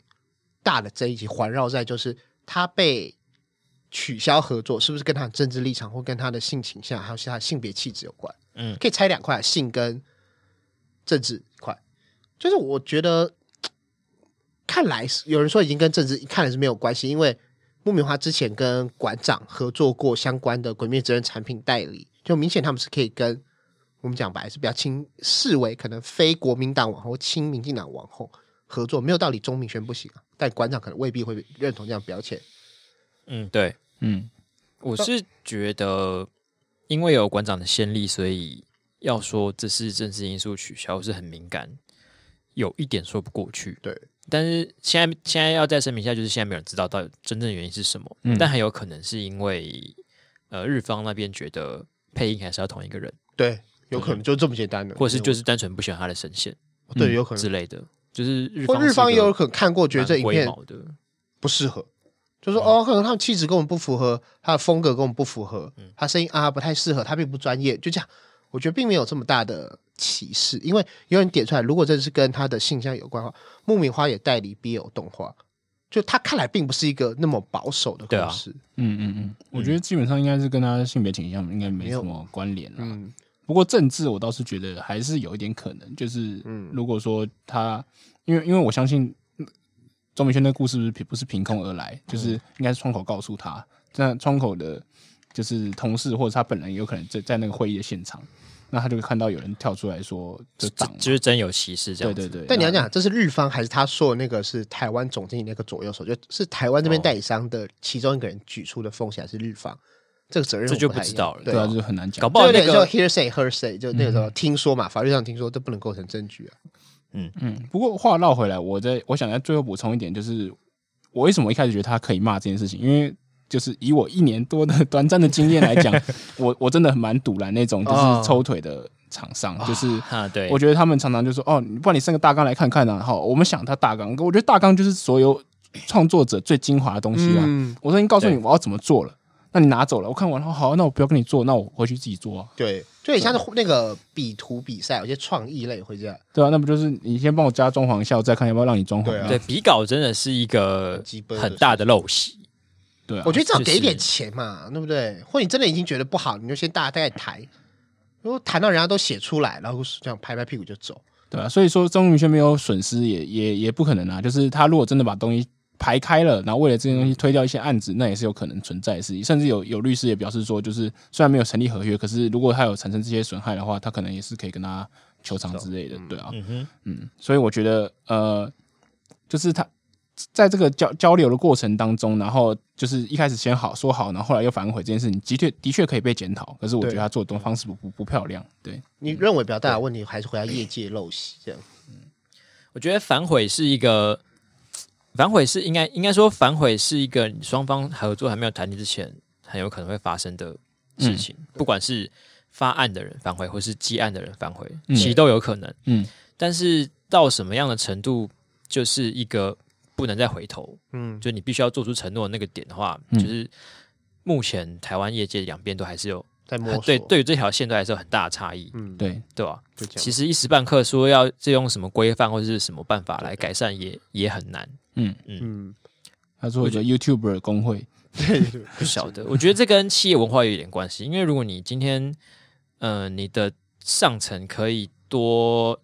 S3: 大的争议集环绕在就是他被取消合作，是不是跟他的政治立场或跟他的性倾向，还有其他的性别气质有关？
S1: 嗯
S3: 可以拆两块，性跟政治一块。就是我觉得，看来是有人说已经跟政治看来是没有关系，因为木棉花之前跟馆长合作过相关的《鬼灭之刃》产品代理，就明显他们是可以跟我们讲白是比较亲视为可能非国民党网红或亲民进党网红合作，没有道理钟明轩不行啊，但馆长可能未必会认同这样标签。
S1: 嗯，对，
S2: 嗯，
S1: 我是觉得，因为有馆长的先例，所以要说这是政治因素取消是很敏感，有一点说不过去。
S3: 对，
S1: 但是现在现在要再声明一下，就是现在没有人知道到底真正的原因是什么，
S2: 嗯
S1: 但很有可能是因为呃日方那边觉得配音还是要同一个人，
S3: 对，有可能就这么简单的，
S1: 或者是就是是单纯不喜欢他的声线
S3: 对，有可
S1: 之
S3: 能，
S1: 类的，就是日
S3: 或
S1: 方
S3: 日方也有
S1: 可
S3: 可能看过，觉得这影片
S1: 的，
S3: 不适合，就说哦，可能他们气质跟我们不符合，他的风格跟我们不符合，
S1: 嗯
S3: 他声音啊不太适合，他并不专业，就这样。我觉得并没有这么大的歧视，因为有人点出来，如果这是跟他的性向有关的话，木棉花也代理 BL 动画，就他看来并不是一个那么保守的
S1: 对啊
S3: 故事。
S2: 嗯嗯嗯，我觉得基本上应该是跟他性别倾向应该没
S3: 没有
S2: 什么关联了。
S3: 嗯，
S2: 不过政治我倒是觉得还是有一点可能，就是
S3: 嗯
S2: 如果说他，因为因为我相信嗯钟明轩的故事不是凭不是凭空而来，就是应该是窗口告诉他，那窗口的就是同事或者他本人有可能在在那个会议的现场，那他就会看到有人跳出来说就挡嘛，
S1: 就是真有歧视这
S2: 对
S1: 样
S2: 对
S1: 子。
S2: 对。
S3: 但你要
S2: 那
S3: 讲，这是日方还是他说的那个是台湾总经理那个左右手，就是台湾
S1: 哦
S3: 这边代理商的其中一个人举出的风险还是日方，这个责任
S1: 这就
S3: 我太
S1: 不知
S3: 一样
S1: 道了
S3: 对
S2: 对啊，就是很难
S1: 搞
S2: 讲。
S1: 不好
S3: 就有
S1: 那
S3: 点
S1: 个
S3: 像
S1: 嗯
S3: hearsay hearsay，就那个时候听说嘛，法律上听说，这不能构成证据啊。
S2: 嗯，不过话绕回来，我在我想在最后补充一点，就是我为什么一开始觉得他可以骂这件事情，因为。就是以我一年多的短暂的经验来 讲，我我真的很蛮堵然那种，就是
S3: 哦
S2: 抽腿的厂商，就是
S1: 啊，对，
S2: 我觉得他们常常就说哦，你不然你上个大纲来看看啊。好，我们想他大纲，我觉得大纲就是所有创作者最精华的东西啊。
S3: 嗯
S2: 我说已经告诉你
S1: 对
S2: 我要怎么做了，那你拿走了，我看完了，好，那我不要跟你做，那我回去自己做啊，
S3: 对，就很像是那个比图比赛，有些创意类会这样，
S2: 对啊，那不就是你先帮我加装潢一下，我再看要不要让你装潢
S3: 对啊
S1: 对比稿真的是一个
S3: 鸡巴的
S1: 很大的陋习。
S2: 对啊，
S3: 我觉得至少
S1: 就是
S3: 给一点钱嘛，对不对？或你真的已经觉得不好，你就先大家大概谈，如果谈到人家都写出来，然后这样拍拍屁股就走。
S2: 对啊，所以说钟明轩没有损失也也也不可能啊，就是他如果真的把东西排开了，然后为了这些东西推掉一些案子，那也是有可能存在的事情。甚至有有律师也表示说，就是虽然没有成立合约，可是如果他有产生这些损害的话，他可能也是可以跟他求偿之类的，对啊，
S1: 嗯哼，
S2: 嗯，所以我觉得呃，就是他在这个交交流的过程当中，然后就是一开始先好说好，然后后来又反悔这件事情，的确的确可以被检讨，可是我觉得
S3: 对
S2: 他做的东方式不不不漂亮，对，
S3: 你认为比较大的问题还是回到业界陋习这样？
S1: 我觉得反悔是一个，反悔是应该应该说反悔是一个双方合作还没有谈定之前很有可能会发生的事情，不管是发案的人反悔，或是积案的人反悔，
S2: 嗯
S1: 其实都有可能。
S2: 嗯，
S1: 但是到什么样的程度，就是一个不能再回头，
S3: 嗯，
S1: 就你必须要做出承诺的那个点的话，
S2: 嗯
S1: 就是目前台湾业界两边都还是有
S3: 在摸
S1: 很
S3: 索。
S1: 哎对，对于这条线都还是有很大的差异，
S3: 嗯，
S2: 对。
S1: 对吧？
S3: 就这样。
S1: 其实一时半刻说要借用什么规范或者是什么办法来改善也，也很难，
S3: 嗯，
S2: 他说有个 YouTuber 的工会，
S1: 不晓得。我觉得这跟企业文化有一点关系，因为如果你今天，呃，你的上层可以多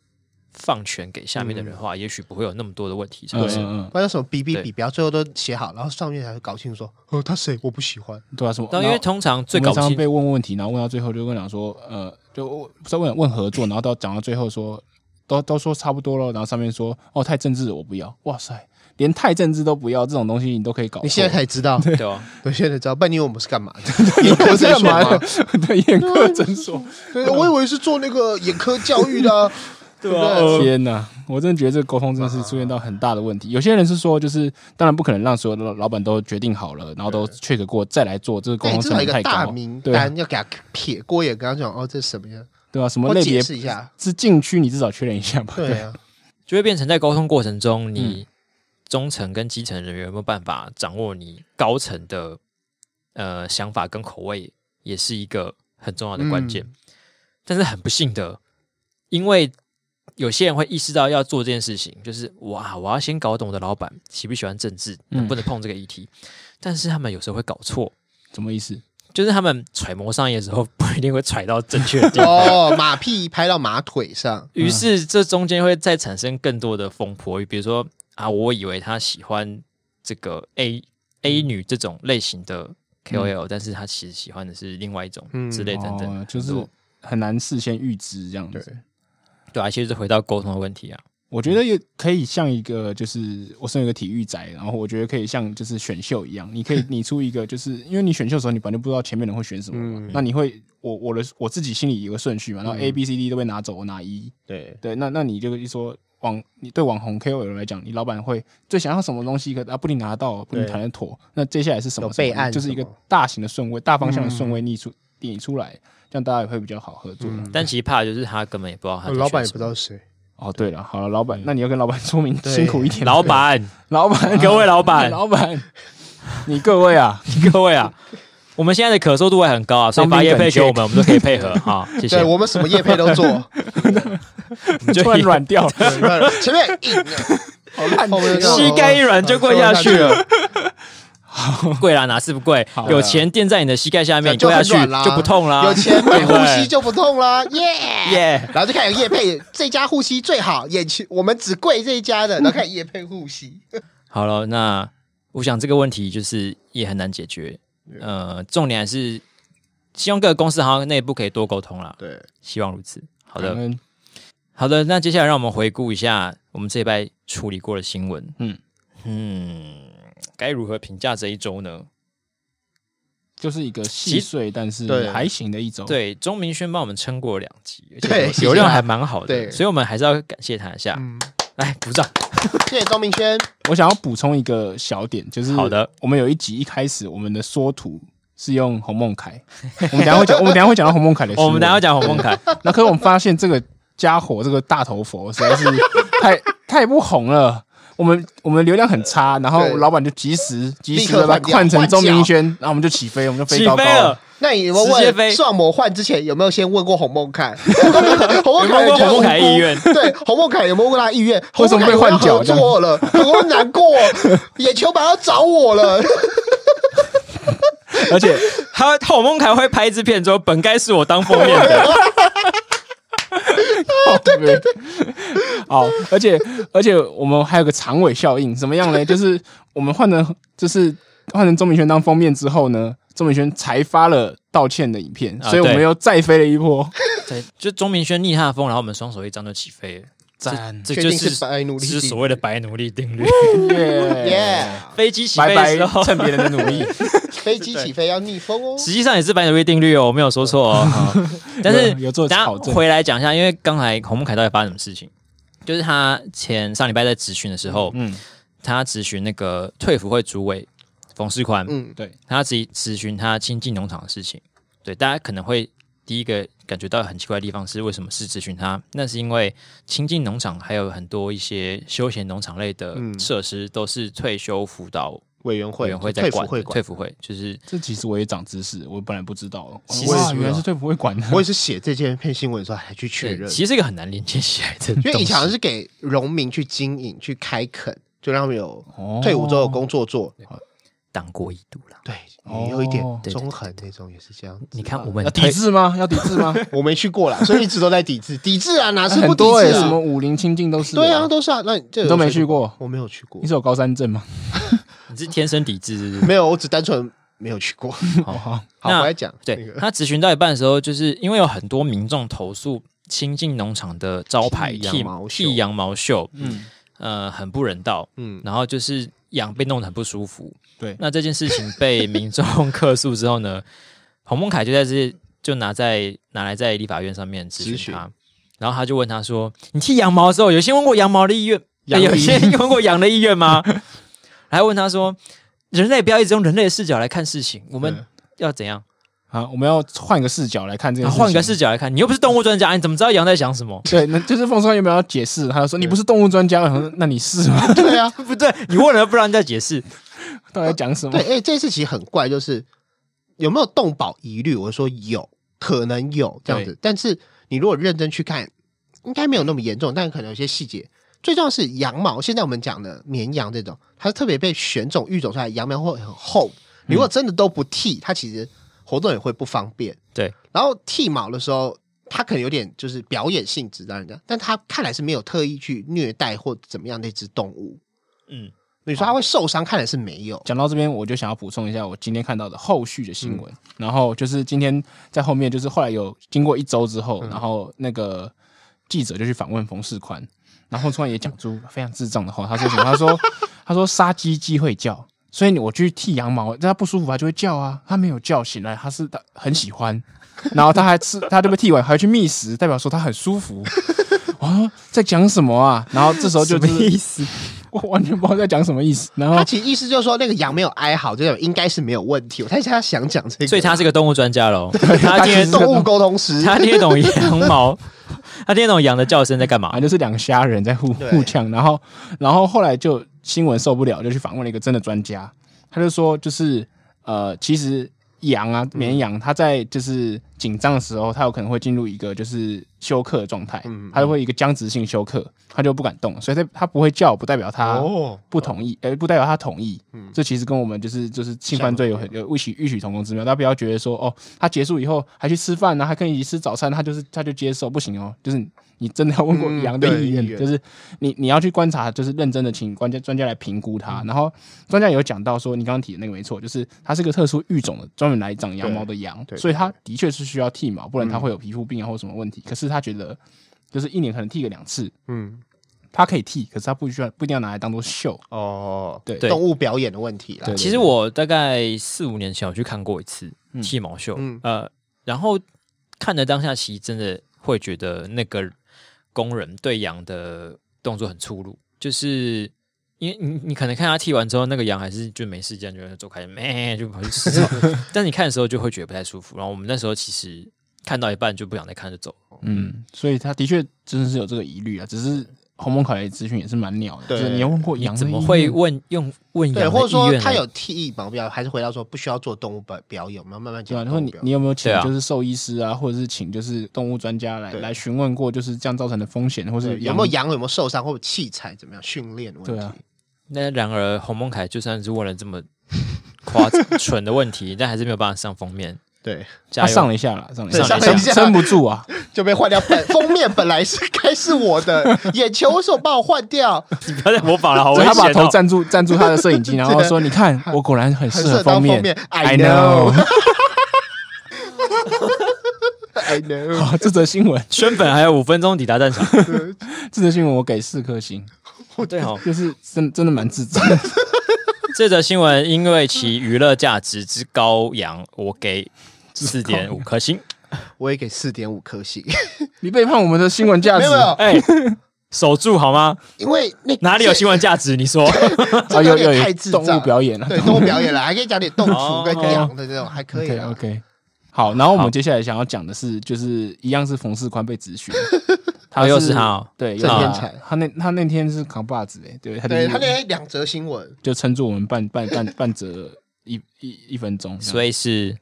S1: 放权给下面的
S3: 嗯
S1: 人的话，也许不会有那么多的问题产生。
S2: 嗯
S3: 关于什么比比
S1: 对
S3: 比，不要最后都写好，然后上面才会搞清楚说，哦，他谁我不喜欢。
S2: 嗯，对啊，什么？
S1: 那、因为通常最
S2: 我
S1: 搞
S2: 们常常
S1: 清
S2: 被问问题，然后问到最后就问讲说，呃，就问不是问问合作，然后到讲到最后说，都都说差不多了，然后上面说，哦，太政治我不要，哇塞，连太政治都不要这种东西你都可以搞错，
S3: 你现在才知道，
S1: 对吧、
S3: 对，现在才知道，半年我们是干嘛的？研究生
S2: 干嘛的？？
S3: 吗
S2: 对，眼科 诊所，
S3: 对，我以为是做那个眼科教育的啊、对不对？
S2: 天哪，我真的觉得这个沟通真的是出现到很大的问题。有些人是说，就是当然不可能让所有的老老板都决定好了，然后都 check 过再来做，这个沟
S3: 那你
S2: 通
S3: 至
S2: 成
S3: 少
S2: 本
S3: 一个
S2: 太
S3: 大
S2: 高，
S3: 名
S2: 对啊
S3: 单要给他撇锅，也跟他讲哦，这是什么呀？
S2: 对啊，什么
S3: 我
S2: 类
S3: 解
S2: 别
S3: 释一下。
S2: 是禁区，你至少确认一下吧，
S3: 对啊，
S1: 就会变成在沟通过程中，你中层跟基层人员有没有办法掌握你高层的呃想法跟口味，也是一个很重要的关键。但是很不幸的，因为有些人会意识到要做这件事情，就是哇，我要先搞懂我的老板喜不喜欢政治，
S2: 嗯
S1: 能不能碰这个议题。但是他们有时候会搞错，
S2: 什么意思？
S1: 就是他们揣摩上意的时候不一定会揣到正确的地方，
S3: 哦，马屁拍到马腿上，
S1: 于是这中间会再产生更多的风波，比如说啊，我以为他喜欢这个 A
S3: 嗯
S1: A 女这种类型的 KOL，、但是他其实喜欢的是另外一种
S3: 嗯
S1: 之类等等，
S2: 哦，就是
S1: 很多
S2: 很难事先预知这样子。
S1: 对啊，其实是回到沟通的问题啊，
S2: 我觉得也可以像一个，就是我身为一个体育宅，然后我觉得可以像就是选秀一样，你 可以拟出一个，就是因为你选秀的时候，你本来就不知道前面人会选什么嘛，
S3: 嗯
S2: 那你会我我的我自己心里有个顺序嘛，然后 A B C D 都被拿走，我拿一，
S3: 对，
S2: 对，那那你就一说网，你对网红 KOL 来讲，你老板会最想要什么东西？可他啊不一定拿得到，不一定
S3: 对
S2: 谈得妥。那接下来是什么
S3: 有
S2: 什么
S3: 备案
S2: 就是一
S3: 什
S2: 个
S3: 么嗯
S2: 大型的顺位，大方向的顺位逆出拟出来，这样大家也会比较好合作。
S1: 但其实怕的就是他根本也不知道他在
S3: 老
S1: 选
S3: 板也
S1: 什么
S3: 不知道是谁，
S2: 哦，对了，好了，老板，那你要跟老板说明
S3: 对
S2: 辛苦一点，
S1: 老 板，
S2: 老板，
S1: 各位老板，
S2: 老板，你各位啊，
S1: 各位啊，我们现在的可塑度还很高啊，所以
S2: 当兵
S1: 发业
S2: 梗
S1: 配给我
S2: check
S1: 们，我们都可以配合 哈，谢谢
S3: 对。我们什么业配都做，
S1: 你就
S2: 突然软掉了，
S3: 对前面硬啊，
S2: 好烂
S3: 后面哦
S1: 膝盖一软就跪下去了。贵啦，哪是不贵？
S2: 好
S1: 有钱垫在你的膝盖下面，你
S3: 就
S1: 跪下
S3: 很
S1: 去
S3: 软啦
S1: 就不痛啦。
S3: 有钱买
S1: 对不对
S3: 护膝就不痛啦，耶！
S1: 耶，
S3: 然后就开始夜配，这家护膝最好，眼前我们只贵这一家的，然后开始夜配护膝。
S1: 好了，那我想这个问题就是也很难解决。呃，重点还是希望各个公司行内部可以多沟通啦。
S3: 对，
S1: 希望如此。好
S2: 好
S1: 的，
S2: 的，
S1: 好的，那接下来让我们回顾一下我们这一拜处理过的新闻。
S2: 嗯
S1: 嗯，该如何评价这一周呢？
S2: 就是一个细碎但
S3: 对
S2: 是还行的一周，，
S1: 对，钟明轩帮我们撑过两集，而且
S3: 对谢谢
S1: 流量还
S3: 他
S1: 蛮好的，
S3: 对
S1: 所以我们还是要感谢他一下。
S3: 嗯，
S1: 来，鼓掌。
S3: 谢谢钟明轩，
S2: 我想要补充一个小点，就是
S1: 好的，
S2: 我们有一集一开始我们的缩图是用洪孟凯，我们等一下会讲，我们等一下会讲到哦洪孟凯的新 闻。
S1: 我们等一下讲洪孟 凯，
S2: 那可是我们发现这个家伙，这个大头佛实在是太太不红了。我们我们流量很差，然后
S3: 对
S2: 老板就及时及时
S3: 立刻
S2: 的把
S3: 换
S2: 它换成
S3: 掉换
S2: 钟明
S3: 角
S2: 轩，然后我们就起飞，我们就 飞
S1: 起
S2: 高高啊
S1: 飞了。。
S3: 那你有没有
S1: 直接飞
S3: 问上魔幻之前有没有先问过洪 孟凯？洪孟凯
S1: 有没有问过
S3: 觉得
S1: 洪孟凯
S3: 无辜
S1: 意愿
S3: 对，洪孟凯有没有问他意 愿？
S2: 为什么被换角
S3: 洪孟凯我要合作了？我难过，野球版要找我 了。
S2: 而且
S1: 他洪孟凯会拍一支片之后，本该是我当封面的，
S2: 对对对，好，而且而且我们还有个长尾效应，怎么 样呢？就是我们换成就是换成钟明轩当封面之后呢，钟明轩才发了道歉的影片，
S1: 啊
S2: 所以我们
S1: 对
S2: 又再飞了一波，
S1: 对，就钟明轩逆他的风，然后我们双手一张就起飞了。
S2: 赞
S1: 这
S3: 确
S1: 这就
S3: 定是白奴隶
S1: 是
S3: 定
S1: 所谓的白奴隶定 律。
S2: 耶！
S1: 哎
S3: 耶！
S1: 飞机起
S2: 拜
S1: 飞的
S2: 拜
S1: 时候，，
S2: 趁别人的努力，
S3: 飞机起飞要逆风 哦。
S1: 实际上也是白奴隶定律哦，我没有说错 哦。好但是
S2: 有有做
S1: 等下
S2: 考证
S1: 回来讲一下，因为刚才洪孟凯到底发生什么事情？就是他前上礼拜在质询的时候，
S2: 嗯，
S1: 他质询那个退辅会主委冯世宽，
S3: 嗯，
S2: 对，
S1: 他自己咨询他亲近农场的事情。对，大家可能会第一个感觉到很奇怪的地方是，为什么是咨询他？那是因为亲近农场还有很多一些休闲农场类的
S3: 嗯
S1: 设施都是退休辅导
S3: 委员会
S1: 委员会在
S3: 退服
S1: 管的，
S3: 会
S1: 退
S3: 管。
S1: 辅会就是
S2: 这其实我也长知识，我本来不知道，
S1: 其
S3: 实
S2: 哇，原来是退不会管的，
S3: 我也是写这件篇新闻的时候还去确
S1: 对
S3: 认，
S1: 其实是一个很难连接起来的东西，
S3: 因为以前好像是给农民去经营、去开垦，就让他们有
S2: 哦
S3: 退伍之后有工作做。
S1: 党国一度啦。
S3: 对，
S2: 哦
S3: 也有一点
S1: 对对
S3: 中横那种也是这样子。
S1: 你看我们
S2: 要
S1: 退
S2: 抵制吗？要抵制 吗？
S3: 我没 去过啦，所以一直都在抵制，抵制啊，哪是不
S2: 很
S3: 抵
S2: 多哎，
S3: 制
S2: 什么
S3: 啊？
S2: 武林清净都是，
S3: 对啊，，都是啊。那你这
S2: 你
S3: 个
S2: 都
S3: 有
S2: 没去过
S3: 我没有去过
S2: 你，是有高山症吗？
S1: 你是天生抵制是不是，
S3: 没有，我只单纯没有 去过。
S1: 好
S2: 好，
S3: 好，
S1: 那
S3: 我来讲那
S1: 对
S3: 个
S1: 他咨询到一半的时候，就是因为有很多民众投诉亲近农场的招牌
S3: 剃
S1: 剃
S3: 羊毛
S1: 剃
S3: 秀
S1: 羊毛秀，
S2: 嗯，
S1: 呃，很不人道，
S3: 嗯，
S1: 然后就是羊被弄得很不舒服。
S2: 对
S1: 那这件事情被民众 客诉之后呢，洪孟凯就在这就拿在拿来在立法院上面咨
S3: 咨
S1: 询
S3: 询
S1: 他，然后他就问他说：“你剃羊毛的时候，有先问过羊毛的意愿，哎
S2: 羊的
S1: 有
S2: 意
S1: 先问过羊的意愿吗？” 还问他说：“人类不要一直用人类的视角来看事情，我们
S2: 对
S1: 要怎样？
S2: 好，我们要换个视角来看这
S1: 啊
S2: 个，
S1: 换、个
S2: 视
S1: 视角来看，你又不是动物专家，你怎么知道羊在想什么？”
S2: 情，对，那就是凤山有没有要解释？他就说你不是动物专家，我想说那你是吗？
S3: 对啊，
S1: 不对，你问了不然你在解释，
S2: 到底在讲什么
S3: 对，？哎，这次其实很怪，就是有没有动保疑虑？我说有，可能有这样子，但是你如果认真去看，应该没有那么严重，但可能有些细节。最重要是羊毛，现在我们讲的绵羊这种，它是特别被选种育种出来，羊毛会很厚。你如果真的都不剃，它其实活动也会不方便。
S1: 对，
S3: 然后剃毛的时候，它可能有点就是表演性质，当然这样，但它看来是没有特意去虐待或怎么样那只动物。
S1: 嗯，
S3: 你说它会受伤，看来是没有。
S2: 讲到这边，我就想要补充一下我今天看到的后续的新闻。
S1: 嗯
S2: 然后就是今天在后面，
S1: 嗯
S2: 就是后来有经过一周之后，然后那个记者就去访问冯世宽，然后突然也讲出非常智障的话，他说什么？他 说他说杀鸡鸡会叫，所以你我去剃羊毛，但它不舒服它就会叫啊，它没有叫醒来，它是它很喜欢， 然后它还吃，它就被剃完还去觅食，代表说它很舒服。 啊，在讲什么啊？然后这时候就
S1: 什么意
S2: 是
S1: 思？
S2: 我完全不知道在讲什么意思。然后
S3: 他其实意思就是说，那个羊没有哀嚎，这种应该是没有问题。我猜他想讲这个，
S1: 所以他是个动物专家喽，
S2: 他
S1: 他听
S2: 其实
S1: 得
S2: 是
S1: 懂，
S3: 动物沟通 师，
S1: 他听得懂羊 毛，他听得懂羊的叫声在干嘛
S2: 啊，。就是两虾人在互
S3: 对
S2: 互呛，然后然后后来就新闻受不了，就去访问了一个真的专家，他就说就是呃，其实羊
S3: 嗯
S2: 啊绵羊，它在就是紧张的时候，它有可能会进入一个就是休克的状态，
S3: 嗯
S2: 它就会一个僵直性休克，它就不敢动，所以它它不会叫，不代表它
S3: 哦，
S2: 不同意，呃，不代表他同意。
S3: 嗯
S2: 这其实跟我们就是就是性犯罪有很有异曲异曲同工之妙。大家不要觉得说哦，他结束以后还去吃饭呢、啊还跟你一起吃早餐，他就是他就接受，不行哦。就是你真的要问过
S3: 嗯
S2: 羊的
S3: 对
S2: 意愿，
S3: 意愿
S2: 就是你你要去观察，就是认真的请专家专家来评估
S3: 嗯
S2: 它。然后专家有讲到说，你刚刚提的那个没错，就是它是个特殊育种的，专门来长羊毛的羊，
S3: 对对嗯
S2: 所以它的确是需要剃毛，不然它会有皮肤病啊或什么问题。可是他觉得就是一年可能剃个两次，
S3: 嗯，
S2: 它可以剃，可是它不需要不一定要拿来当做秀。
S3: 哦，
S2: 对
S3: 动物表演的问题啦
S2: 对，
S1: 其实我大概四五年前我去看过一次
S2: 嗯
S1: 剃毛秀，
S3: 嗯
S1: 呃，然后看的当下，其实真的会觉得那个工人对羊的动作很粗鲁，就是因为你你可能看他剃完之后，那个羊还是就没事这样就走开，咩就跑去吃草，但是你看的时候就会觉得不太舒服。然后我们那时候其实看到一半就不想再看就走了，
S2: 嗯，所以他的确真的是有这个疑虑啊，只是鸿蒙考验资讯也是蛮鸟的，
S3: 对
S2: 就是你要问过
S1: 你
S2: 羊
S1: 怎
S2: 的
S1: 么
S2: 意
S1: 会
S2: 愿
S1: 问用问羊
S3: 对，
S1: 的
S3: 或者
S1: 意
S3: 说
S1: 愿啊
S3: 他
S1: 来
S3: 有剃毛表，还是回到说不需要做动物表表演，我哦们要慢慢
S2: 对
S3: 讲
S2: 吧？
S3: 动物表演。
S2: 然后你你有没有请
S1: 对啊
S2: 就是兽医师啊，或者是请就是动物专家来
S3: 对
S2: 来询问过，就是这样造成的风险，或是
S3: 对有
S2: 羊
S3: 没有羊有没有受伤，或者器材怎么样训练问题？
S2: 对啊
S1: 那然而，洪孟凯就算是问了这么夸蠢的问题，但还是没有办法上封面。
S3: 对，
S1: 加
S2: 他
S1: 油！
S2: 上了一下啦，上了一下，
S1: 上了一
S3: 下
S2: 撑不住啊！
S3: 就被换掉。本封面本来是该是我的，眼球为什么把我换掉？
S1: 你不要再模仿 了，好危
S2: 所以
S1: 险、
S2: 他
S1: 哦！
S2: 把头站住站住他的摄 影机，然后说：“你看，我果然很
S3: 很
S2: 适
S3: 适合
S2: 合
S3: 当啊封
S2: 面。
S3: 面。
S2: ”I
S3: I know,
S2: know，
S3: I know。
S2: 好，这则新闻，
S1: 圈粉还有五分钟抵达战 场。
S2: 这则新闻我给四颗星，
S1: 对哦，
S2: 就是真真的蛮智障的。
S1: 这则新闻因为其娱乐价值之高扬，我给四点 五颗星。
S3: 我也给四点五颗星，啊
S2: 你背叛我们的新闻价
S3: 没
S2: 值，
S3: 有没有，
S1: 哎、守住好吗？
S3: 因为那
S1: 哪里有
S3: 这
S1: 新闻价值？你 说
S2: 啊，
S3: 这
S2: 有
S3: 有
S2: 有
S3: 点太
S2: 有
S3: 智
S2: 动
S3: 障
S2: 物表演了，
S3: 对动物表演了，还可以讲点动物跟
S1: 哦
S3: 羊的这种，还可以
S2: OK
S3: 啊。
S2: OK，好，然后我
S1: 好
S2: 们接下来想要讲的是，就是一样是冯世宽被 质询，
S1: 哦
S2: 他
S1: 又是他哦
S2: 对，
S3: 郑
S2: 又是
S3: 天
S2: 他
S3: 才
S2: 他那他那天是扛把子哎，对他
S3: 对
S2: 就是
S3: 他那天两则新闻，
S2: 就撑住我们半半半半折一一一分钟，
S1: 所以是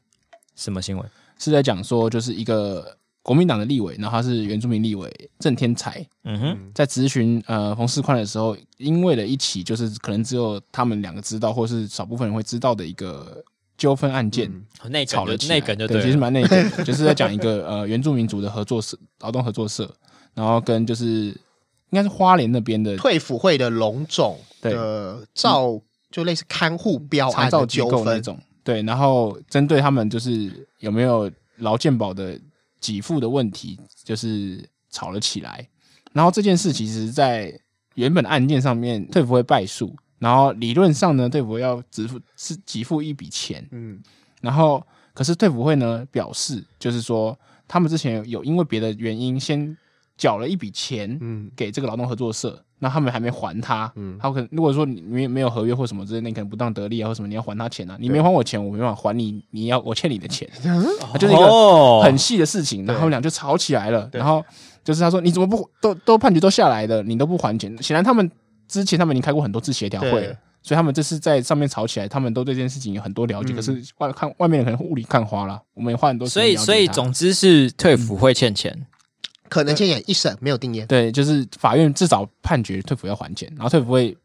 S1: 什么新闻？
S2: 是在讲说就是一个国民党的立委，然后他是原住民立委郑天才，
S1: 嗯哼，
S2: 在咨询呃冯世宽的时候，因为了一起就是可能只有他们两个知道，或是少部分人会知道的一个纠纷案件。
S3: 嗯
S1: 内
S2: 嗯吵了
S1: 梗
S2: 起
S1: 就
S2: 来
S1: 内梗就
S2: 对，
S1: 对
S2: 其实
S1: 了。
S2: 蛮内梗的，就是在讲一个呃原住民族的合作社、劳动合作社，然后跟就是应该是花莲那边的
S3: 退辅会的龙种
S2: 对
S3: 的照，就类似看护标
S2: 长
S3: 案
S2: 照
S3: 的
S2: 机
S3: 纠
S2: 构那
S3: 纷，
S2: 种，对，然后针对他们就是有没有劳健保的给付的问题，就是吵了起来。然后这件事其实，在原本的案件上面，退服会败诉，然后理论上呢，退服会要支付是给付一笔钱，
S3: 嗯，
S2: 然后可是退辅会呢表示，就是说他们之前有有因为别的原因先缴了一笔钱，
S3: 嗯
S2: 给这个劳动合作社，那他们还没还他，
S3: 嗯
S2: 他可能如果说你没没有合约或什么之类，那你可能不当得利啊或什么，你要还他钱啊，你没还我钱，我没办法还你，你要我欠你的钱，啊就是一个
S1: 哦
S2: 很细的事情，然后他们俩就吵起来了。然后就是他说：“你怎么不都都判决都下来的，你都不还钱？”显然他们之前他们已经开过很多次协调会了
S3: 对，
S2: 所以他们这次在上面吵起来，他们都对这件事情有很多了解。可是外看外面的人可能雾里看花了，我们也花很多时
S1: 嗯所
S2: 间
S1: 以
S2: 了解
S1: 所以
S2: 他
S1: 总之是退服会欠钱。
S3: 可能现在一审没有定谳，
S2: 对，就是法院至少判决退服要还钱，然后退服会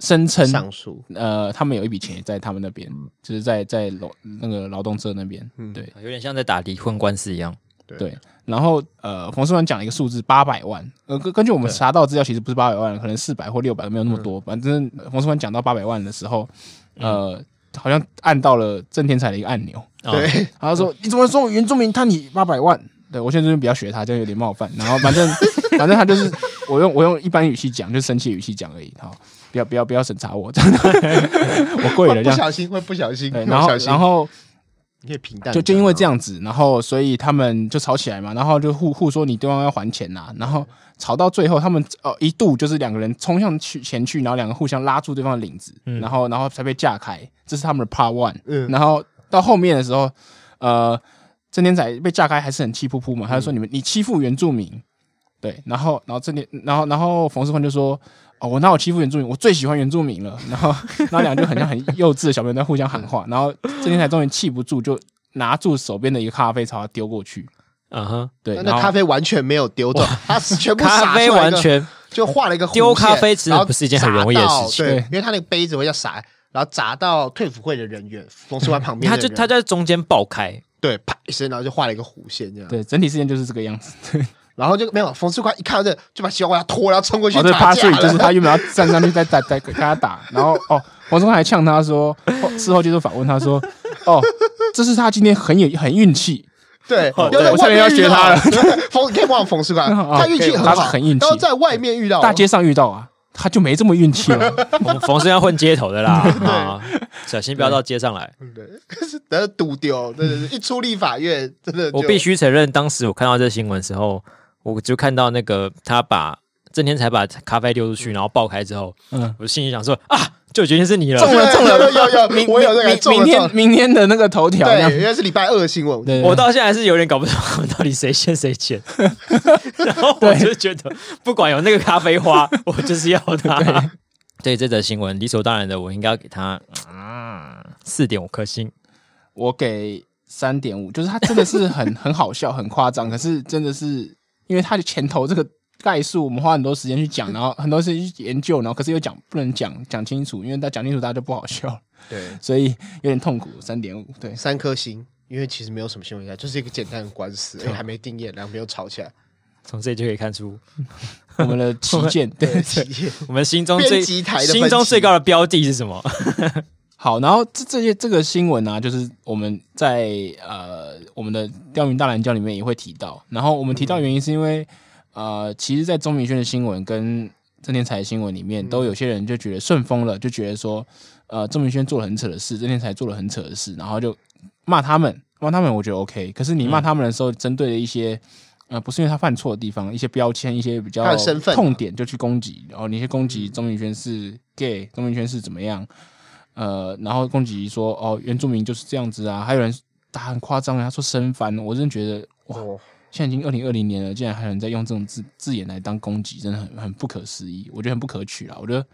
S2: 声称
S3: 上诉，
S2: 呃他们有一笔钱也在他们那边，
S1: 嗯
S2: 就是在在劳那个劳动社那边，
S3: 嗯
S2: 对。
S1: 有点像在打离婚官司一样，
S2: 对，然后呃，冯世文讲了一个数字八百万，呃，根根据我们查到的资料，其实不是八百万，可能四百或六百，没有那么
S3: 嗯
S2: 多。反正呃冯世文讲到八百万的时候，呃，
S3: 嗯
S2: 好像按到了郑天才的一个按钮，
S1: 哦
S3: 对，
S2: 他就说：“你怎么说我原住民贪你八百万？”对我现在这边比较学他，这样有点冒犯。然后反 正反正他就是我用我用一般语气讲，就生气的语气讲而已。好，不要不要不要审查我，真的， 我跪了
S3: 会
S2: 这
S3: 不
S2: 样。
S3: 小心会不小心，
S2: 对，
S3: 会
S2: 然
S3: 不
S2: 后
S3: 小心
S2: 然后
S3: 你可以平淡，啊
S2: 就就因为这，样子，然后所以他们就吵起来嘛，然后就互互说你对方要还钱呐、啊然后吵到最后，他们哦一度就是两个人冲向去前去，然后两个互相拉住对方的领子，然后然后才被架开，这是他们的 Part One。
S3: 嗯
S2: 然后到后面的时候，呃，郑天仔被架开还是很气噗噗嘛，他就说你们你欺负原住民，对，然后然后郑天，然后然后冯世宽就说。哦，我哪有欺负原住民？我最喜欢原住民了。然后， 然后两个就很像很幼稚的小朋友在互相喊话。然后郑天才终于气不住，就拿住手边的一个咖啡朝他丢过去。
S1: 嗯哼，
S2: 对，
S3: 那
S2: 然
S3: 那
S2: 后
S3: 咖啡完全没有丢走，他全部
S1: 咖
S3: 洒出来
S1: 啡
S3: 一个
S1: 完全
S3: 就画了一个弧
S1: 丢
S3: 线
S1: 咖啡其实
S3: 然后
S1: 不是一件很容易的事情
S3: 砸到对
S2: 对，
S3: 因为他那个杯子会要洒，然后砸到退辅会的人员，冯世宽旁边
S1: 他
S3: 的人，
S1: 就他就在中间爆开，
S3: 对啪一声，然后就画了一个弧线这样，
S2: 对整体事件就是这个样子。
S3: 然后就没有冯世宽一看到这个就把西瓜给他拖，然后冲过去
S2: 哦，对
S3: 打
S2: 趴
S3: 架
S2: 睡就是
S3: 了。
S2: 他原本要站上去再打再跟他打，然后哦，黄忠汉还呛他说，哦事后接受访问他说，哦，这是他今天很有很运气，
S3: 对，
S1: 哦
S3: 要在
S2: 对我
S3: 外
S2: 差点
S3: 面
S2: 要
S3: 遇
S2: 学
S3: 到
S2: 他了
S3: 对冯你可以模仿冯世宽，
S2: 很好
S3: 他运气很
S2: 他
S3: 好，
S2: 是很运气
S3: 然后在外面遇到
S2: 大街上遇到啊，他就没这么运气 了。
S1: 我们冯生要混街头的啦，啊，小心不要到街上来。
S3: 嗯对， 然后赌丢，真的是一出立法院，真的就
S1: 我必须承认，当时我看到这新闻的时候，我就看到那个他把郑天才把咖啡丢出去，然后爆开之后，
S2: 嗯，
S1: 我心里想说啊，就决定是你了。
S2: 中了中 了
S3: 有有有，
S2: 明
S3: 我有这个
S2: 明
S3: 中
S2: 明
S3: 了中了
S2: 天，明天的那个头条这样
S3: 对，，因为是礼拜二的新闻，
S2: 对
S1: 我到现在还是有点搞不懂到底谁先谁 欠，然后我就觉得不管有那个咖啡花，我就是要它。对这则新闻，理所当然的，我应该要给他四点五颗星。
S2: 我给三点五，就是他真的是很 很好笑，很夸张，可是真的是因为他的前头这个。概述我们花很多时间去讲， 然后很多时间去研究，然后可是又讲不能讲讲清楚，因为他讲清楚大家就不好笑了，
S3: 对，
S2: 所以有点痛苦。三点五，对，
S3: 三颗星，因为其实没有什么新闻，就是一个简单的官司，
S1: 哦
S3: 因为还没定谳，两边又 吵起来，
S1: 从这里就可以看出，
S2: 我们的旗舰，对，
S3: 对，企业
S1: 我们心中最
S3: 编辑台的分歧
S1: 心中最高的标的是什么？
S2: 好，然后这这些这个新闻啊，就是我们在呃我们的钓鱼大蓝教里面也会提到。然后我们提
S3: 嗯
S2: 到原因是因为，呃，其实，在钟明轩的新闻跟郑天才的新闻里
S3: 嗯
S2: 面，都有些人就觉得顺风了，就觉得说，呃，钟明轩做了很扯的事，郑天才做了很扯的事，然后就骂他们，骂他们，我觉得 OK。可是你
S3: 嗯
S2: 骂他们的时候，针对的一些。呃，不是因为他犯错的地方，一些标签，一些比较
S3: 他的身份啊嗯
S2: 痛点就去攻击，然后你去攻击钟明轩是 gay，钟明轩是怎么样，呃，然后攻击说哦，原住民就是这样子啊，还有人打很夸张啊，他说生番，我真的觉得哇，
S3: 哦
S2: 现在已经二零二零年了，竟然还有人在用这种字字眼来当攻击，真的很很不可思议，我觉得很不可取啦。我觉得，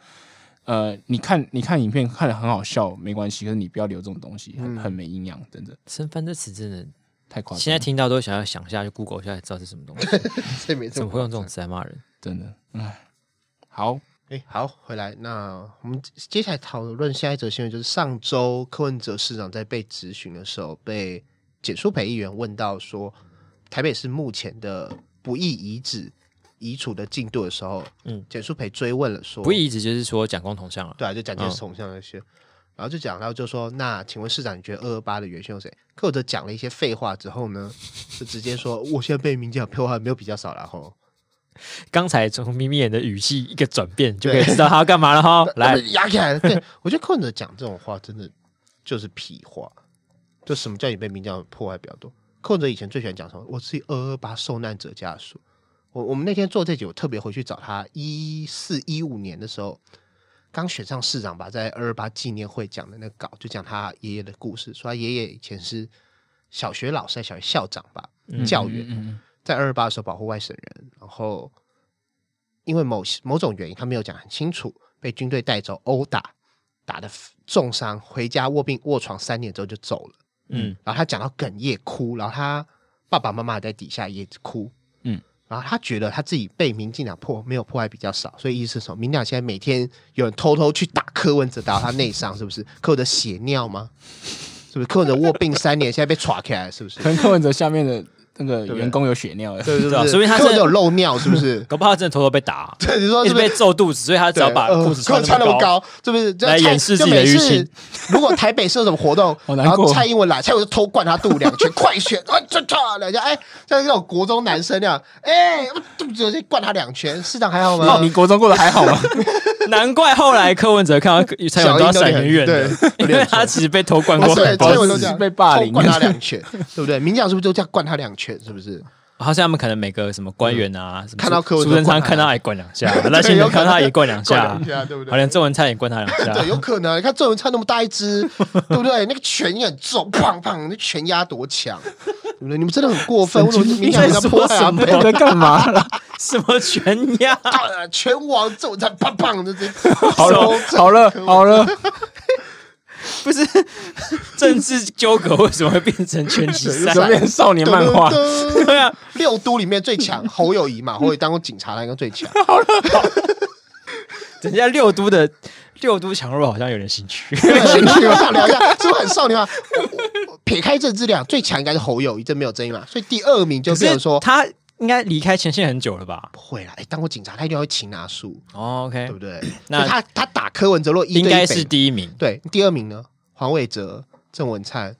S2: 呃，你看你看影片看的很好笑没关系，可是你不要留这种东西，很
S3: 嗯
S2: 很没营养，真的
S1: 身份这词真的，
S2: 太夸
S1: 现在
S2: 张了，
S1: 听到都想要想一下，就 Google 一下才知道是什么 东西。
S3: 这没这
S1: 怎么会用这种词来骂人？
S2: 真的，哎，好，
S3: 哎，好，回来。那我们接下来讨论下一则新闻，就是上周柯文哲市长在被质询的时候，被简书培议员问到说，台北市目前的不义遗址移除的进度的时候，
S1: 嗯
S3: 嗯，简书培追问了说，
S1: 不义一直就是说讲公同向了。
S3: 对啊，就蒋介石铜像那些，然后就讲到就说，那请问市长，你觉得二二八的元凶是谁？柯文哲讲了一些废话之后呢，就直接说，我现在被民进党票还没有比较少了吼，
S1: 刚才从眯眯眼的语气一个转变，就可以知道他要干嘛了 哈。来，
S3: 压起来了。对 我觉得柯文哲讲这种话真的就是屁话，就什么叫你被民进党破坏比较多？柯文哲以前最喜欢讲什么？我是二二八受难者家属。我我们那天做这集，我特别回去找他，一四一五年的时候，刚选上市长吧，在二二八纪念会讲的那个稿，就讲他爷爷的故事，说他爷爷以前是小学老师，小学校长吧，教员。
S2: 嗯嗯嗯
S3: 在二二八的时候保护外省人，然后因为某些某种原因，他没有讲很清楚，被军队带走殴打，打的重伤，回家卧病卧床三年之后就走了。
S1: 嗯，
S3: 然后他讲到哽咽哭，然后他爸爸妈妈在底下也哭，
S2: 嗯，
S3: 然后他觉得他自己被民进党破没有破坏比较少，所以意思是什么？民进党现在每天有人偷偷去打柯文哲，打到他内伤，是不 是？柯文哲血尿吗？是不是柯文哲卧病三年，现在被抓起来了，是不是？
S2: 可能柯文哲下面的那个
S3: 对
S2: 员工有血尿了，
S3: 对对
S1: 对啊
S3: 对，
S1: 所以他
S3: 根本
S1: 是？
S3: 就有漏尿，是不是
S1: 搞不好他真的偷偷被打，啊
S3: 哦对，你说
S1: 一直
S3: 是不
S1: 被
S3: 是？
S1: 揍肚子，所以他只要
S3: 对
S1: 把
S3: 呃
S1: 裤子
S3: 裤
S1: 穿
S3: 子穿
S1: 那么高，
S3: 高，是不是？就
S1: 来
S3: 蔡
S1: 掩饰
S3: 就
S1: 自己的
S3: 每
S1: 淤
S3: 次
S1: 青
S3: 如果台北是有什么 活动，
S2: 好难
S3: 然后
S2: 过
S3: 蔡英文来，蔡英文就偷灌他肚两拳， 快拳，啊，这这两下，哎，像那种国中男生那样，哎，肚子就灌他两拳，市长还好吗
S1: 哦
S2: 那？ 你国中过得还好 吗？
S1: 难怪后来柯文哲看到蔡英文都要闪远远的
S3: 小英，
S1: 因为他其实被偷灌
S3: 啊
S1: 过
S3: 对，
S1: 很
S3: 蔡英
S1: 多
S3: 文都
S1: 次
S3: 这。样
S2: 被霸凌
S3: 偷灌他两拳，对不对？民进党是不是就这样灌他两拳？是不是？
S1: 好像他们可能每个什么官员啊，什么
S3: 嗯看到柯文哲
S1: 苏贞昌
S3: 灌他
S1: 看到他也灌两 下，赖清德看到他也灌两
S3: 灌
S1: 下啊
S3: 两，下，对不
S1: 好
S3: 对？
S1: 连郑文灿也灌他 两
S3: 对，
S1: 下。
S3: 有可能。你看郑文灿那么大一只，对不对？那个拳也很重，砰砰，那拳压多强，对不对？你们真的很过分，为什么民进党要破坏啊阿北？
S2: 在干嘛啦？
S1: 什么全压？
S3: 啊拳王郑文灿，砰砰，这这
S2: 好了， 好了，好了，
S1: 不是政治纠葛为什么会变成拳击赛？
S2: 怎么变少年漫画？
S1: 对啊，
S3: 六都里面最强侯友谊嘛，侯友谊当过警察，他应该最强。
S1: 人家六都的六都强弱好像有点兴 趣。
S3: 有兴趣吗？想聊一下，是不是很少年化？我我撇开这质量，最强应该是侯友谊，这没有争议嘛。所以第二名就
S1: 可
S3: 变
S1: 是
S3: 成说
S1: 他应该离开前线很久了吧
S3: 不会啦，哎，当过警察他一定要会擒拿术，
S1: 哦？OK，
S3: 对不对？
S1: 那
S3: 所以他他打柯文哲若一对一
S1: 应该
S3: 北
S1: 是第一名。
S3: 对第二名呢，黄伟哲、郑文灿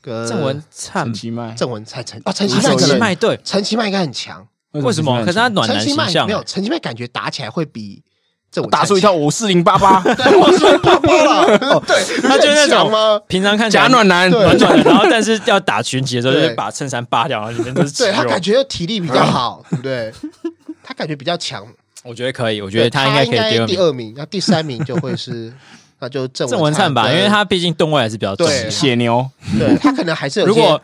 S3: 跟
S1: 郑文灿
S2: 陈，其迈，
S3: 郑文呃灿陈哦陈其
S1: 啊
S3: 迈
S1: 陈
S3: 可
S1: 其
S3: 能
S1: 迈对，
S3: 陈其迈应该很强，
S1: 为什么？可是他暖
S3: 陈
S1: 男
S3: 其
S1: 形
S3: 迈
S1: 象啊
S3: 没，有陈其迈感觉打起来会比郑文灿
S2: 打出一套五四零八 八，
S3: 强，对，我说不播了， 对，
S1: 他就是那
S3: 很强
S1: 种
S3: 吗？
S1: 平常看起来
S2: 假暖男，
S3: 对
S1: 暖暖的，然后但是要打群集的时候，就
S3: 对
S1: 是把衬衫扒掉，然后里面都是肌
S3: 对他
S1: 肉。
S3: 感觉体力比较好， 对不对？他感觉比较强，
S1: 我觉得可以，我
S3: 我
S1: 觉得他
S3: 他
S1: 应该可以
S3: 第
S1: 第二名。
S3: 二名，那第三名就会是 那就郑
S1: 郑文灿吧，
S3: 跟
S1: 因为他毕竟动外还是比较重
S3: 对
S1: 的。
S2: 血牛，
S3: 对他可能还是有
S1: 如果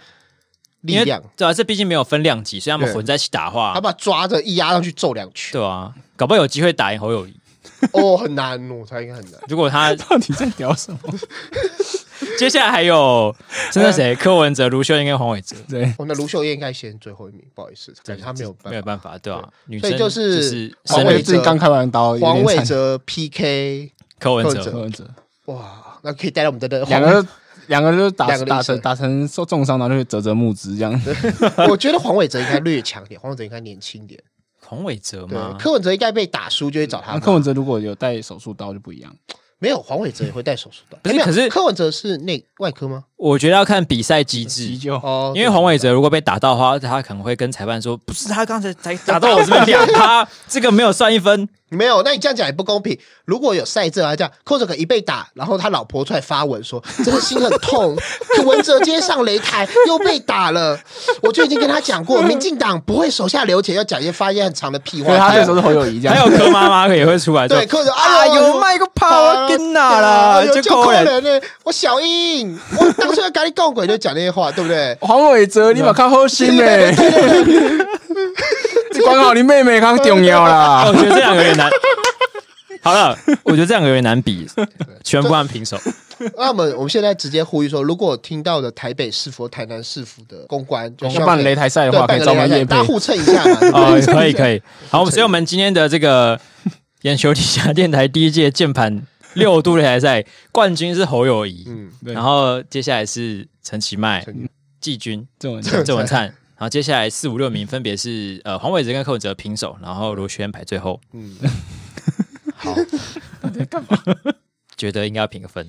S3: 些
S1: 因
S3: 力
S1: 为
S3: 量，
S1: 对啊，这毕竟没有分量级，所以他们
S3: 对
S1: 混在一起打的
S3: 他
S1: 话，
S3: 把他抓着一压上去揍两拳，
S1: 对啊，搞不好有机会打赢侯友谊。
S3: 哦，很难，我猜应该很难。
S1: 如果 他
S2: 到底在聊什么？
S1: 接下来还有真
S3: 呃
S1: 的谁，柯文哲、卢秀燕跟黄伟哲，
S2: 对，
S3: 哦，那卢秀燕应该先最后一名，不好意思，感觉他没有办
S1: 没有
S3: 法。
S1: 办法，对啊，女
S3: 所
S1: 生
S3: 以就是
S2: 黄
S1: 生
S2: 伟
S1: 理
S2: 最近刚开完刀，有点
S3: 黄伟
S2: 惨
S3: 哲 PK，
S1: 柯文
S3: 柯文
S1: 哲
S3: 哲，
S2: 柯文哲，
S3: 哇，那可以带到我们的
S2: 两个都两个都打
S3: 两个都
S2: 打
S3: 一起
S2: 成打成受重伤，然后就折折木枝这样。
S3: 黄，我 觉得黄伟哲应该略强一点，黄伟哲应该年轻一点。
S1: 黄伟哲
S3: 对，
S1: 吗？嗯
S3: 柯文哲应该被打输就会找他
S2: 那
S3: 嘛。
S2: 柯文哲如果有带手术刀就不一样，
S3: 没有，黄伟哲也会戴手术刀。
S1: 不是
S3: 哎没有
S1: 可是
S3: 柯文哲是内外科吗？
S1: 我觉得要看比赛机
S2: 急
S1: 制。
S2: 救
S3: 哦，
S1: 因为黄伟哲如果被打到的话，他可能会跟裁判说：“不是他刚才 才打到我这边两趴， 这个没有算一分。
S3: 没有，那你这样讲也不公平。如果有赛制啊，这样柯文哲可一被打，然后他老婆出来发文说，真的心很 痛，柯文哲今天上擂台又被打了。我就已经跟他讲过，民进党不会手下留情，要讲一些发一些很长的屁
S2: 所以他
S3: 话。
S2: 那时候是侯友谊这
S1: 还
S2: 样。
S1: 有柯妈妈也会出来说
S3: 对，柯文哲，
S1: 啊，
S3: 哎呦，哎
S1: 有卖个炮啊跟哪啦？
S3: 就
S1: 哎就
S3: 扣
S1: 扣人，
S3: 人呢。我小英，我当时要跟你共轨就讲那些话，对不对？
S2: 黄伟哲，你把看后心 嘞，你欸管好你妹妹，看重要
S1: 啊
S2: 啦
S1: 我。觉得这两个有点 难。好了，我觉得这两个有点难比，全部按平 手。
S3: 那我们我们现在直接呼吁说，如果听到的台北市府、台南市府的公关，就希
S2: 要
S3: 望
S2: 办
S3: 可以
S2: 擂台赛的
S3: 对
S2: 话，可
S3: 办
S2: 以
S3: 个
S2: 找我
S3: 擂
S2: 们
S3: 台赛，
S2: 叶
S3: 大家
S2: 佩。
S3: 互蹭一下嘛。对不对
S1: 哦，可以可以。好，所以我们今天的这个眼球底下电台第一届键盘六度擂台赛冠军是侯友谊，
S3: 嗯，
S2: 对
S1: 然后接下来是陈其迈
S3: 陈其、
S1: 季军、
S2: 这种
S1: 郑文灿，然后接下来四五六名分别是呃黄伟哲跟柯文哲平手，然后罗轩排最后，
S3: 嗯，
S1: 觉得应该要评个分，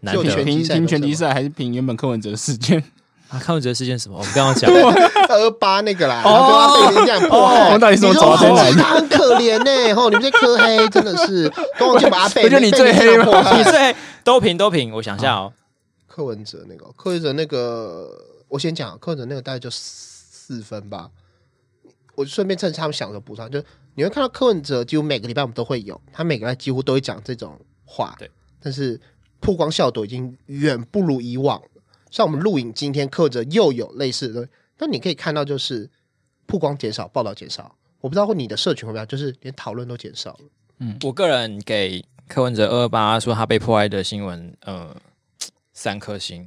S1: 难
S3: 就
S1: 得
S3: 全
S2: 评评拳击赛还是评原本柯文哲的事件？
S1: 啊！柯文哲是件什么？我们刚刚讲
S3: 二八那个啦，然后对他被人这样迫害，
S2: 哦到底是怎
S3: 你
S2: 么走到
S3: 说
S2: 这边来的
S3: 黄伟他很可怜呢，吼，你们这科黑真的 是，跟我去把他被，
S2: 不就你
S3: 被
S2: 最黑吗
S3: 被迫 害
S1: 你最哎都平都平，我想一下哦，
S3: 柯文哲那个，柯文哲那个，我先讲，啊柯文哲那个大概就四四分吧。我顺便趁他们想的时候补上，就你会看到柯文哲几乎每个礼拜我们都会有，他每个礼拜几乎都会讲这种话，
S1: 对，
S3: 但是曝光效果已经远不如以往了。像我们录影今天，柯文哲又有类似的东西，那你可以看到就是曝光减少，报道减少。我不知道你的社群会不会，就是连讨论都减少了。
S1: 我个人给柯文哲二二八说他被破坏的新闻，呃，三颗星，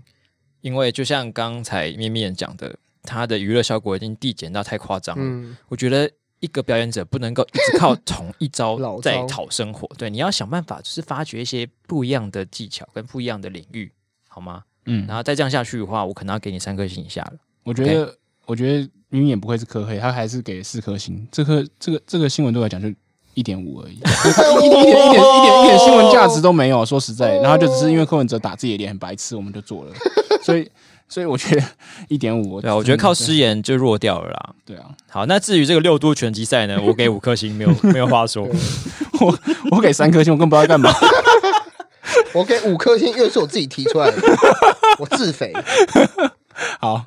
S1: 因为就像刚才面面讲的，他的娱乐效果已经递减到太夸张了。
S3: 嗯，
S1: 我觉得一个表演者不能够一直靠同一招
S3: 老
S1: 在
S3: 招
S1: 讨生活，对，你要想办法就是发掘一些不一样的技巧跟不一样的领域，好吗？
S2: 嗯
S1: 然后再这样下去的话，我可能要给你三颗星以下了。
S2: 我觉得我觉得云也不愧是科黑，他还是给四颗星。这颗这个这个新闻对我来讲就一点五而已，一点一点一点一点一点新闻价值都没有。说实在，然后就只是因为柯文哲打自己的脸很白痴，我们就做了。所以所以我觉得一点五，
S1: 对啊，我觉得靠失言就弱掉了啦。
S2: 对啊，
S1: 好，那至于这个六都拳击赛呢，我给五颗星，没有没有话 说。
S2: 我我给三颗星，我更不知道 干嘛。
S3: 我给五颗星，因为是我自己提出来的，我自肥。
S2: 好，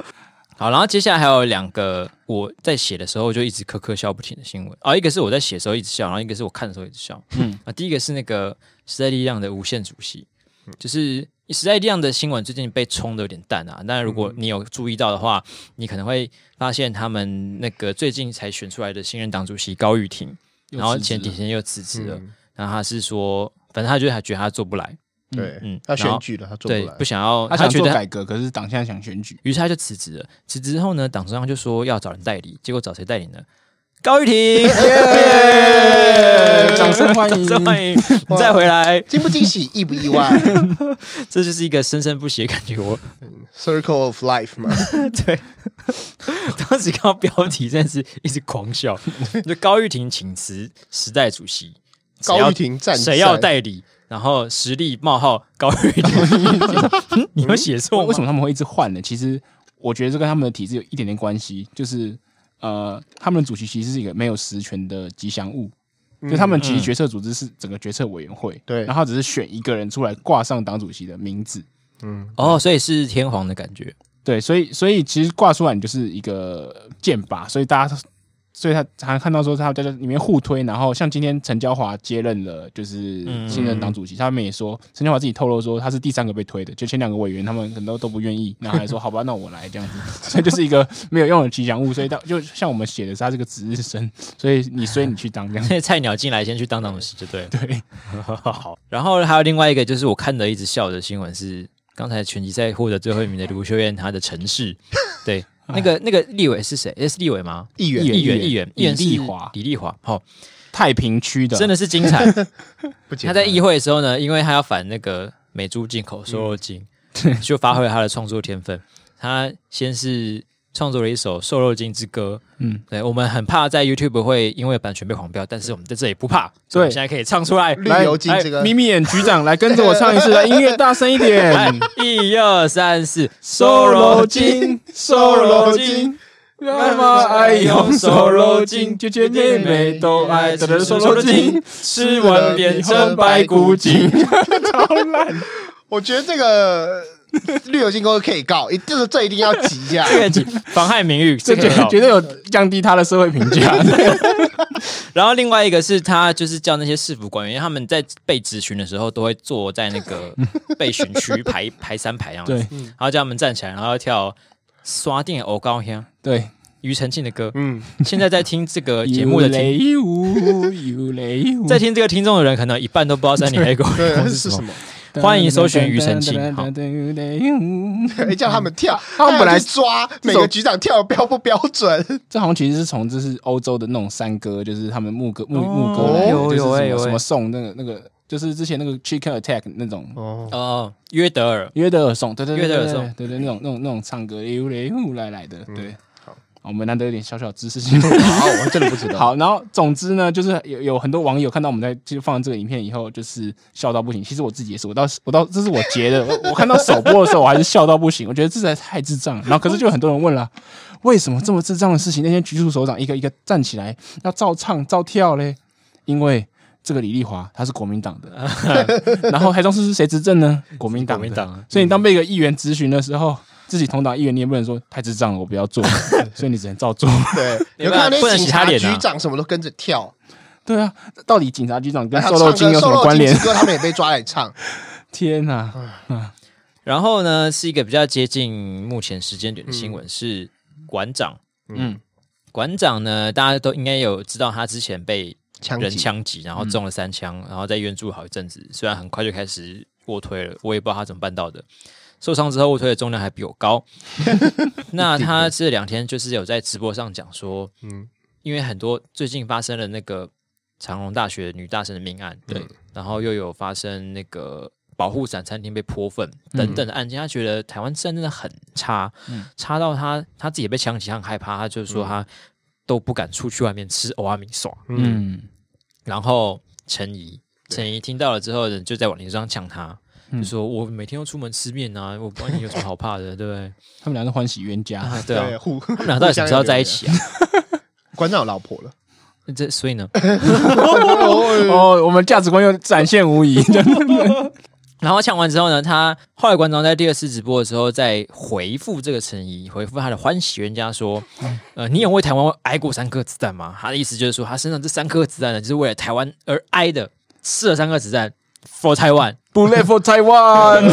S1: 好，然后接下来还有两个我在写的时候就一直咳咳笑不停的新闻啊、一个是我在写的时候一直笑，然后一个是我看的时候一直笑。嗯，啊，第一个是那个时代力量的无限主席，
S2: 嗯
S1: 就是时代力量的新闻最近被冲的有点淡啊。但如
S2: 嗯
S1: 果你有注意到的话，你可能会发现他们那个最近才选出来的新任党主席高玉婷，
S2: 又
S1: 然后
S2: 辞职
S1: 前
S2: 了嗯
S1: 几天又辞职了，然后他是说，反正他就还觉得他做不来，
S3: 对，
S1: 嗯
S3: 他
S1: 然
S3: 选
S1: 后
S3: 举了，他做不
S1: 对，
S3: 来
S1: 不。想要，
S2: 他
S1: 他
S2: 想
S1: 觉
S2: 做
S1: 得
S2: 改革，可是党现在想选举，
S1: 于是他就辞职了。辞职后呢，党中央就说要找人代理，结果找谁代理呢？高玉婷，呃
S2: 掌声欢迎
S1: 掌声欢迎，你再回来，
S3: 惊不惊 喜，意不意外
S1: 这就是一个生生不息的感觉。哦 我
S3: ？Circle of life 嘛，
S1: 对， 当时看到标题真的是一直狂 笑。就高玉婷请辞时代主席，谁要
S3: 高玉婷战
S1: 谁要
S3: 赛
S1: 代理？然后实力冒号高玉婷， 嗯 你有写错
S2: 为什
S1: 么？
S2: 么他们会一直换呢？其实我觉得这跟他们的体制有一点点关系，就是呃，他们的主席其实是一个没有实权的吉祥物，就他们其实决策组织是整个决策委员会，
S3: 对
S2: 然后只是选一个人出来挂上党主席的名字，
S1: 哦，所以是天皇的感觉。
S2: 对，所以所以其实挂出来你就是一个剑拔，所以大家。所以他常看到说他在这里面互推，然后像今天陈椒华接任了，就是
S1: 嗯
S2: 新任党主席，他们也说陈椒华自己透露说他是第三个被推的，就前两个委员他们可能都都不愿意，然 后还说好吧，那我来这样子，所以就是一个没有用的吉祥物，所以到就像我们写的是他这个值日生，所以你所以你去当 这样，
S1: 那菜鸟进来先去当当时就对了。
S2: 对，
S1: 好，然后还有另外一个就是我看的一直笑的新闻是，刚才拳击赛获得最后一名的卢秀燕，她的城市， 对，那个那个立委是谁？诶是立委吗？
S3: 议员
S1: 议
S2: 议员
S1: 员，议员，议员是
S2: 李丽华啊
S1: 李丽华，好、
S2: 太平区的
S1: 真的是精彩。
S3: 不简
S1: 他
S3: 单
S1: 在议会的时候呢，因为他要反那个美猪进口瘦肉精，
S2: 嗯
S1: 就发挥了他的创作天分。他先是创作了一首《瘦肉精之歌》，嗯
S2: 嗯，
S1: 对我们很怕在 YouTube 会因为版权被黄标，但是我们在这里不怕，所以我们
S2: 对
S1: 现在可以唱出来。
S3: 绿油
S1: 哎
S3: 精这个
S2: 来眯眯眼局长来跟着我唱一次，来音乐大声一 点，
S1: 来，一二三四，瘦
S2: 瘦
S1: 肉
S2: 肉
S1: 精，
S2: 精，瘦肉精，妈妈爱用瘦肉精，姐姐妹妹都爱吃瘦肉精，吃完变成白骨精。
S3: 我觉得 这个呃绿油精公司可以告，一这个这一定要急一下。
S1: 这个妨害名誉，
S2: 这
S1: 个
S2: 绝
S1: 很好
S2: 绝对有降低他的社会评 价。
S1: 然后另外一个是他就是叫那些市府官员，因为他们在被质询的时候都会坐在那 个被询区排排三排这样子，
S2: 对
S1: 然后叫他们站起来，然后要跳刷电偶高香
S2: 对，
S1: 庾澄庆的歌。
S3: 嗯，
S1: 现在在听这个节目 的听，
S2: 雷舞，有雷舞，
S1: 在听这个听众的人，可能一半都不知道三里黑狗
S3: 对
S1: 公，
S3: 是什么？
S1: 欢迎搜寻庾澄庆好
S3: 哎，叫
S1: 嗯
S3: 他们跳，
S2: 他们本来
S3: 还要去抓
S2: 这
S3: 每
S2: 种
S3: 个局长跳得标不标准？
S2: 这好像其实是从就是欧洲的那种山歌，就是他们牧歌牧牧歌
S1: 哦
S2: 来的，
S1: 有
S2: 就是
S1: 有欸
S2: 什
S1: 有
S2: 么
S1: 欸
S2: 什么颂那个那个，就是之前那个 Chicken Attack 那种
S3: 哦，
S1: 哦，约德尔。
S2: 约德尔颂，对对对，
S1: 约德尔
S2: 对
S1: 颂，
S2: 对对对那种那种那种唱歌哎溜嘞呼来来的，对。
S3: 嗯好
S2: 我们难得有点小小知识性。
S3: 好，我真的不知道。
S2: 好，然后总之呢，就是有有很多网友看到我们在就放这个影片以后，就是笑到不行。其实我自己也是，我到我到这是我截的，我我看到首播的时候，我还是笑到不行。我觉得这实在太智障了。然后可是就有很多人问了，为什么这么智障的事情，那些局处首长一个一个站起来要照唱照跳嘞？因为这个李丽华她是国民党的， 然后台中市是谁执政呢？国民党的。
S1: 国民党啊
S2: 所以你当被一个议员咨询的时候，自己同党议员你也不能说太智障了，我不要 做，所以你只能照做。
S3: 对，
S1: 没
S3: 你有
S1: 办法
S3: 看到那
S1: 不能
S3: 些警
S1: 洗他
S3: 察
S1: 脸啊
S3: 局长什么都跟着跳，
S2: 对啊，哎到底警察局长跟
S3: 然后
S2: 瘦肉精有什么关联
S3: 之？歌他们也被抓来唱。
S2: 天哪、
S1: 然后呢，是一个比较接近目前时间点的新闻，
S3: 嗯
S1: 是馆长。
S2: 嗯，
S1: 馆长呢，大家都应该有知道，他之前被
S3: 枪
S1: 人
S3: 击嗯
S1: 枪击，然后中了三枪，然后在医院住好一阵子。虽然很快就开始卧推了，我也不知道他怎么办到的。受伤之后卧推的重量还比我 高。那他这两天就是有在直播上讲说，嗯
S3: 嗯，
S1: 因为很多最近发
S3: 嗯
S1: 生了那个长隆大学女大生的命案，对，然后又有发生那个保护伞餐厅被泼粪
S3: 嗯
S1: 等等的案件，他觉得台湾治安真的很差，差到他他自己也被枪击，他很害怕，他就是说他都不敢出去外面吃欧阿米耍。
S3: 嗯，
S2: 嗯，
S1: 然后陈怡，陈怡听到了之后呢，就在网络上呛他，就说我每天都出门吃面啊，我管你有什么好怕 的，对不对？
S2: 他们俩是欢喜冤 家，
S1: 啊， 对啊，
S3: 互
S1: 他们俩到底什么时候在一？ 起啊？
S3: 互相要留言馆长有老婆了，
S1: 这所以呢，
S2: 哦，我们价值观又展现无疑， 真的
S1: 然后呛完之后呢，他后来馆长在第二次直播的时候，在回复这个陈怡，回复他的欢喜冤家说：“呃，你有为台湾挨过三颗子弹吗？”他的意思就是说，他身上这三颗子弹呢，就是为了台湾而挨的，吃了三颗子弹 for Taiwan。
S2: 不累 for Taiwan。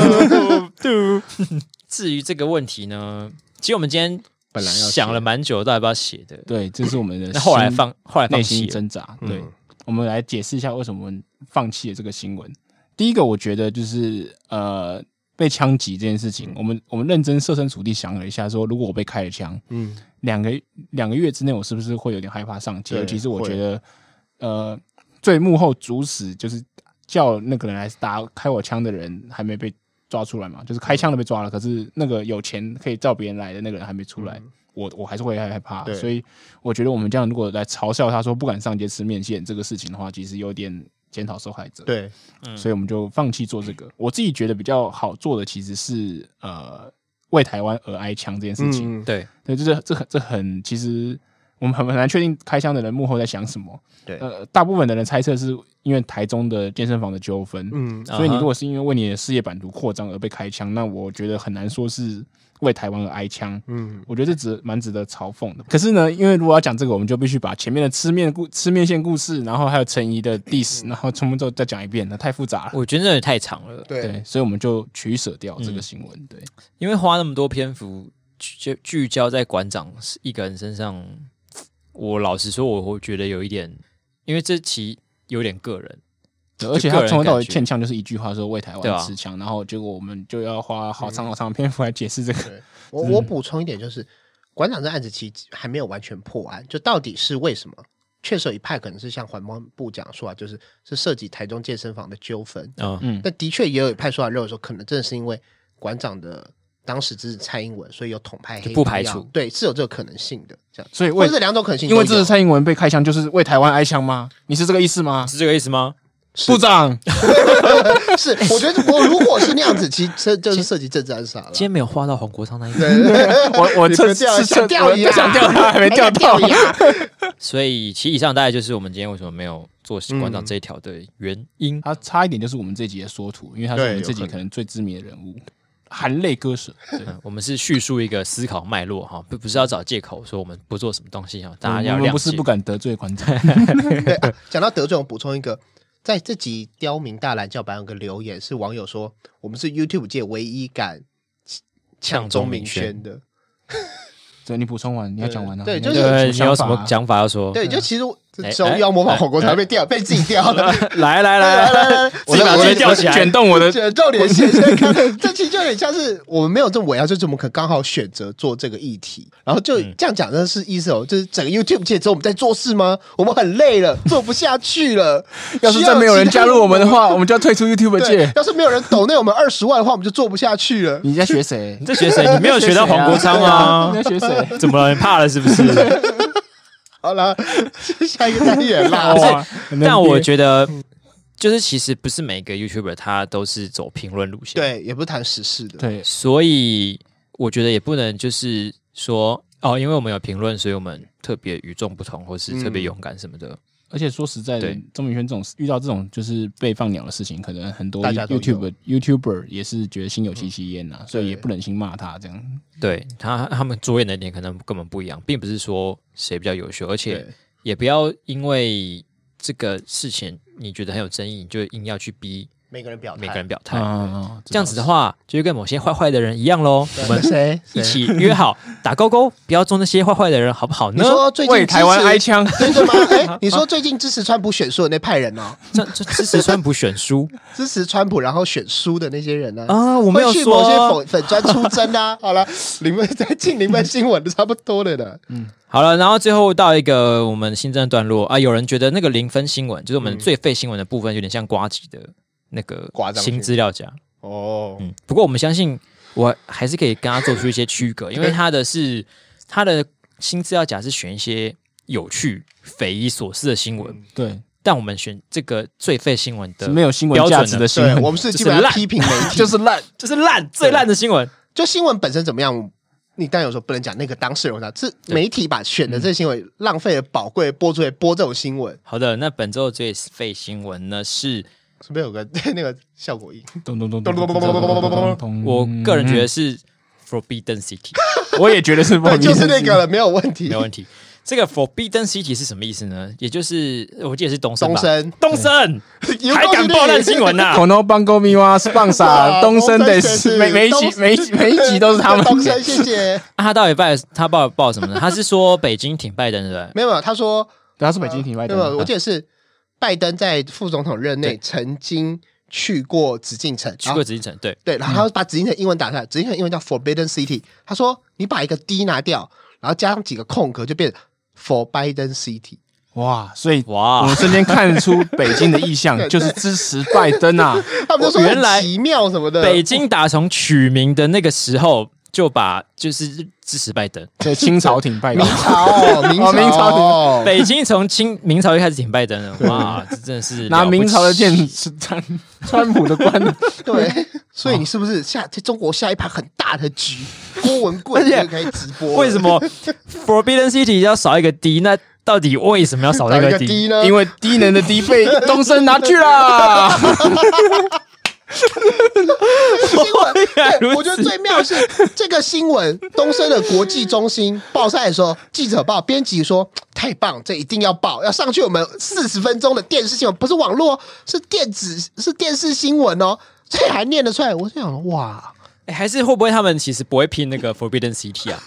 S1: 至于这个问题呢，其实我们今天
S3: 本来要写
S1: 想了蛮久，到底要不要写的。
S2: 对，这是我们的
S1: 那后来
S2: 心
S1: 放后来
S2: 内
S1: 放弃
S2: 心
S1: 了，
S2: 挣扎。
S3: 嗯
S2: 对，我们来解释一下为什么我们放弃了这个新闻。第一个，我觉得就是呃，被枪击这件事情，我们我们认真设身处地想了一下说如果我被开了枪，
S3: 嗯，
S2: 两个两个月之内，我是不是会有点害怕上街？
S3: 对
S2: 尤其是我
S3: 会
S2: 觉得，呃，最幕后主使就是叫那个人来打开我枪的人还没被抓出来嘛，就是开枪的被抓了，可是那个有钱可以叫别人来的那个人还没出来，我我还是会害怕。
S3: 对
S2: 所以我觉得我们这样如果来嘲笑他说不敢上街吃面线这个事情的话，其实有点检讨受害者。
S3: 对，
S2: 所以我们就放弃做这个。我自己觉得比较好做的其实是呃为台湾而挨枪这件事情。
S3: 嗯，
S1: 对，
S2: 对，这是这很这很，其实我们很很难确定开箱的人幕后在想什么。
S3: 对
S2: 呃，大部分的人猜测是因为台中的健身房的纠纷，
S3: 嗯，
S2: 所以你
S1: 啊哈
S2: 如果是因为为你的事业版图扩张而被开枪，那我觉得很难说是为台湾而挨枪。
S3: 嗯，
S2: 我觉得这值蛮值得嘲讽的。可是呢，因为如果要讲这个，我们就必须把前面的吃面故吃面线故事，然后还有陈怡的
S3: 嗯
S2: diss，然后全部都再讲一遍，那太复杂了。
S1: 我觉得真的太长了，
S2: 对，，所以我们就取舍掉
S1: 嗯
S2: 这个新闻。对，
S1: 因为花那么多篇幅聚聚焦在馆长一个人身上，我老实说，我会觉得有一点，因为这期有点个人，
S2: 对而且
S1: 个
S2: 他
S1: 人
S2: 从头到尾
S1: 感觉
S2: 欠呛就是一句话说为台
S1: 对啊
S2: 湾持枪，然后结果我们就要花好长好长的篇幅来解释这个。
S3: 我我补充一点，就是馆长这案子其实还没有完全破案，就到底是为什么？确实有一派可能是像环保部讲说啊，就是是涉及台中健身房的纠纷，
S1: 嗯
S2: 嗯
S3: 但的确也有一派说法认为说，可能真的是因为馆长的当时支持蔡英文，所以有统派黑
S1: 就不排除
S3: 必要对，是有这个可能性的。这样，
S2: 所以
S3: 或
S2: 为
S3: 者这两种可能性都
S2: 因
S3: 有，
S2: 为这次蔡英文被开枪，就是为台湾挨枪吗？你是这个意思吗？
S1: 是这个意思吗？
S2: 部 长，
S3: 是，我觉得我如果是那样子，其实这就是涉及政治暗杀了。
S1: 嗯今天没有花到黄国昌那一
S3: 对
S1: 篇，
S3: 对对
S2: 我我
S3: 你
S2: 这
S3: 不掉
S2: 是
S3: 想钓
S2: 我
S3: 鱼啊
S2: 想钓他，还没钓到。
S3: 还想钓鱼啊
S1: 所以其实以上大概就是我们今天为什么没有做馆长这一条的原因。
S2: 他差一点就是我们这集的缩图，因为他是
S3: 对
S2: 我们这
S3: 有
S2: 集
S3: 可能
S2: 可能最知名的人物，含泪割舍。对
S1: 嗯我们是叙述一个思考脉络哈，不不是要找借口说我们不做什么东西哈，大家要
S2: 我们不
S1: 谅
S2: 是
S1: 解
S2: 不。敢得罪 馆长，
S3: 对、啊，讲到德政，我补充一个，在这集刁民大蓝教版有个留言是网友说，我们是 YouTube 界唯一敢
S1: 呛
S3: 钟
S1: 钟明
S3: 轩的。
S2: 对你补充完，你要讲完啊。
S3: 对
S2: 你
S3: 就是
S1: 对，你有
S2: 想
S1: 什么
S2: 法啊？
S1: 讲法要说？
S3: 对，就其实我这
S1: 哎哎
S3: 周要模仿火锅才被掉，被自己掉了。
S1: 来来来 来
S3: 来来来，
S1: 我再把这
S3: 自
S1: 些
S3: 己
S1: 吊起来
S2: 卷动我的
S3: 这重点是先看，这其实就有点像是我们没有这么伟大，就是我们可能刚好选择做这个议题，然后就这样讲，真的是意思哦，就是整个 YouTube 界只有我们在做事吗？我们很累了，做不下去了。
S2: 要是
S3: 需要
S2: 再没有人
S3: 其他
S2: 加入我们的话，我们就要退出 YouTube
S3: 对
S2: 界，。
S3: 要是没有人抖内我们二十万的话，我们就做不下去 了。
S2: 你在学谁
S1: 你？在学谁？你没有学到黄国昌啊
S2: 你？在学谁？
S1: 怎么了？你怕了是不是？
S3: 好了，下一个单 元啦。
S2: 哇，
S1: 但我觉得，就是其实不是每个 YouTuber 他都是走评论路线，，
S3: 对，也不是谈时事的，
S2: 对，
S1: 所以我觉得也不能就是说哦，因为我们有评论，所以我们特别与众不同，或是特别勇敢什么的。
S2: 而且说实在的
S1: 对，
S2: 钟明轩这种遇到这种就是被放鸟的事情，可能很多
S3: 大家都有
S2: YouTube YouTuber 也是觉得心有戚戚焉呐，所以也不忍心骂他这样。
S1: 对他，他们着眼的点可能根本不一样，并不是说谁比较优秀，而且
S3: 对
S1: 也不要因为这个事情你觉得很有争议，你就硬要去逼
S3: 每个人表态，
S1: 每个人表态。
S2: 啊，
S1: 这样子的话，就会跟某些坏坏的人一样喽。我们
S3: 谁
S1: 一
S3: 谁
S1: 起约好打勾勾，不要做那些坏坏的人，好不好
S3: 你
S1: 呢？
S3: 说最近
S2: 为
S3: 支持
S2: 台湾挨枪，
S3: 真的吗？哎，你说最近支持川普选书的那派人哦，
S1: 这这支持川普选书
S3: 支持川普然后选书的那些人呢？
S1: 啊，我没有
S3: 会去某些
S1: 说。
S3: 粉粉砖出征啊。好了，你们在进你们新闻的差不多了的。
S1: 好了，然后最后到一个
S3: 嗯
S1: 我们新增的段落啊，有人觉得那个零分新闻，就是我们最废新闻的部分，有点像瓜吉的那个
S3: 挂上去
S1: 新资料夹。
S3: 哦，
S1: 嗯，不过我们相信，我还是可以跟他做出一些区隔，因为他的是他的新资料夹是选一些有趣、匪夷所思的新闻，
S2: 对，
S1: 但我们选这个最废新闻的
S2: 是没有新闻
S1: 标准
S2: 价
S1: 的
S2: 值的新
S3: 对，
S2: 闻，
S3: 我们是基本上批评媒体，
S2: 就是烂。
S1: 就是烂最烂的新闻。
S3: 就新闻本身怎么样，你但有时候不能讲那个当事人啥，是媒体把选的这些新闻浪费了宝贵的播出来播这种新闻，
S1: 好的，那本周最废新闻呢是。
S3: 是不是有 个那个效果音？
S2: 咚咚咚
S3: 咚咚咚咚咚咚咚咚
S2: 咚
S1: 我个人觉得是 Forbidden City，
S2: 我也觉得是，
S3: 对， 就是那 个了，没有问题
S1: 没。问题。这个 Forbidden City 是什么意思呢？也就是我记得是东升
S3: 东
S1: 吧，
S3: 升，
S1: 东升
S3: 有
S1: 还敢爆烂新闻呐、
S2: 口头帮 o 咪哇 是棒
S3: 啊
S2: 傻，东升得 是每每一集每一集每一集都是他 们。
S3: 东升，谢谢。
S1: 啊他到底拜他报报什么呢？他是说北京挺拜登的，
S3: 没有，没有他说
S2: 他是北京挺拜
S3: 没有，我
S2: 登，
S3: 记得是拜登在副总统任内
S1: 对
S3: 曾经去过紫禁城，
S1: 去过紫禁城，对，
S3: 对，然后他把紫禁城英文打出来，紫禁城英文叫 Forbidden City。他说你把一个 D 拿掉，然后加上几个空格，就变 Forbidden City。
S2: 哇！所以哦我
S1: 哇
S2: 们，瞬间看出北京的意 向就是支持拜登 啊！
S3: 他们就说
S1: 哦原来
S3: 很奇妙什么的，
S1: 北京打从取名的那个时候就把就是支持拜登，
S2: 对，清朝挺拜 登
S3: 明，朝， 明朝，
S2: 哦明朝
S3: 朝
S1: 北京从清明朝就开始挺拜登了， 哇，这真的是
S2: 拿
S1: 了不起
S2: 明朝的剑是川川普的官，
S3: 对，所以你是不是下在中国下一盘很大的局？郭文贵
S1: 且
S3: 就可以直播了，
S1: 为什么 Forbidden City 要少一个 D？那到底为什么要少
S3: 找
S1: 那
S3: 一
S1: 个
S3: 个
S1: D？
S3: D 呢？
S2: 因为低能的低被东升拿去了。
S3: 新闻，
S1: 如
S3: 对，
S1: 此
S3: 我觉得最妙的是这个新闻，东升的国际中心报赛的时候，记者报，编辑说太棒，这一定要报，要上去我们四十分钟的电视新闻，不是网络，是电子，是电视新闻哦，这还念得出来，我就想哇，
S1: 哎还是会不会他们其实不会拼那个 Forbidden City 啊？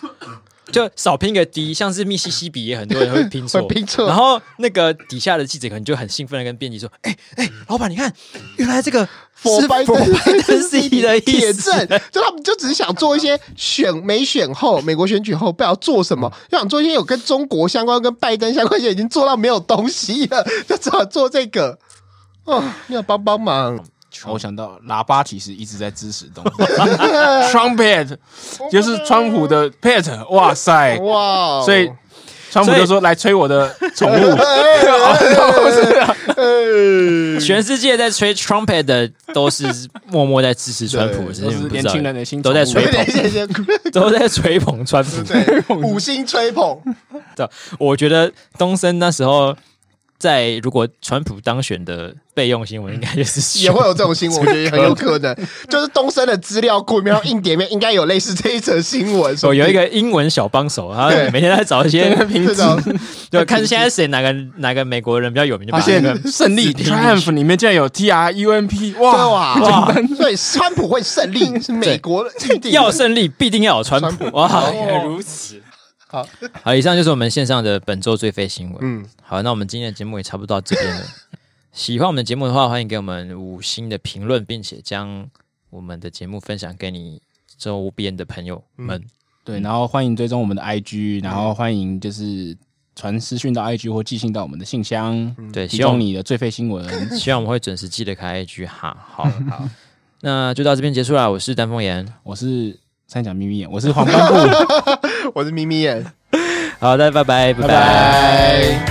S1: 就少拼一个 D，像是密西西比也很多人会拼错，
S3: 会拼错
S1: 然后那个底下的记者可能就很兴奋的跟编辑说：“哎、哎、老板，你看，原来这个是 Forbidden City 的意
S3: 铁
S1: 思。
S3: 证，就他们就只是想做一些选美选后，美国选举后不知道做什么，就想做一些有跟中国相关、跟拜登相关，现在已经做到没有东西了，就只好做这个。哦，你要帮帮忙。
S2: 我想到喇叭其实一直在支持东升 ，trumpet 就是川普的 pet，哇哦
S1: 哎
S2: 塞！
S3: 哇哦，哎
S2: 所以川普就说来吹我的宠物， 哦
S1: 全世界在吹 trumpet 的都是默默在支持川普，
S3: 对
S1: 只
S2: 都
S1: 你
S2: 是
S1: 们不知
S2: 年
S1: 道
S2: 轻人的心
S1: 都在吹
S3: 对
S1: 捧，
S3: 对对对
S1: 都在吹捧川普。
S3: 对，五星吹捧，
S1: 对，我觉得东升那时候在如果川普当选的备用新闻，应该就是
S3: 也会有这种新闻，我觉得也很有可 能，就是东升的资料库里面、然后硬碟里面应该有类似这一则新闻。
S1: 哦有有一个英文小帮手，他每天在找一 些，
S3: 这种
S1: 就看现在谁哪个哪个美国人比较有名，就把
S2: 发
S1: 那
S2: 现
S1: 个
S2: 胜利 triumph 里面竟然有 T R U N P，哇！
S3: 哇哇， 对，川普会胜利 是美国的一 定
S1: 要胜利必定要有川普
S3: 川普
S1: 哇！
S3: 哦
S1: 原来如此。
S3: 好，
S1: 好，以上就是我们线上的本周最废新闻。
S3: 嗯，
S1: 好，那我们今天的节目也差不多到这边了。 喜欢我们的节目的话，欢迎给我们五星的评论，并且将我们的节目分享给你周边的朋友们。嗯
S2: 对，然后欢迎追踪我们的 I G，然后欢迎就是传私讯到 I G 或寄信到我们的信箱，
S1: 对，嗯
S2: 提
S1: 希望
S2: 供你的最废新闻。
S1: 希望我们会准时记得开 IG 哈。好， 好，那就到这边结束了。我是丹凤眼，
S2: 我是三角眯眯眼，我是黄斑部。
S3: 我是咪咪眼，
S1: 好，大家拜拜，拜
S3: 拜。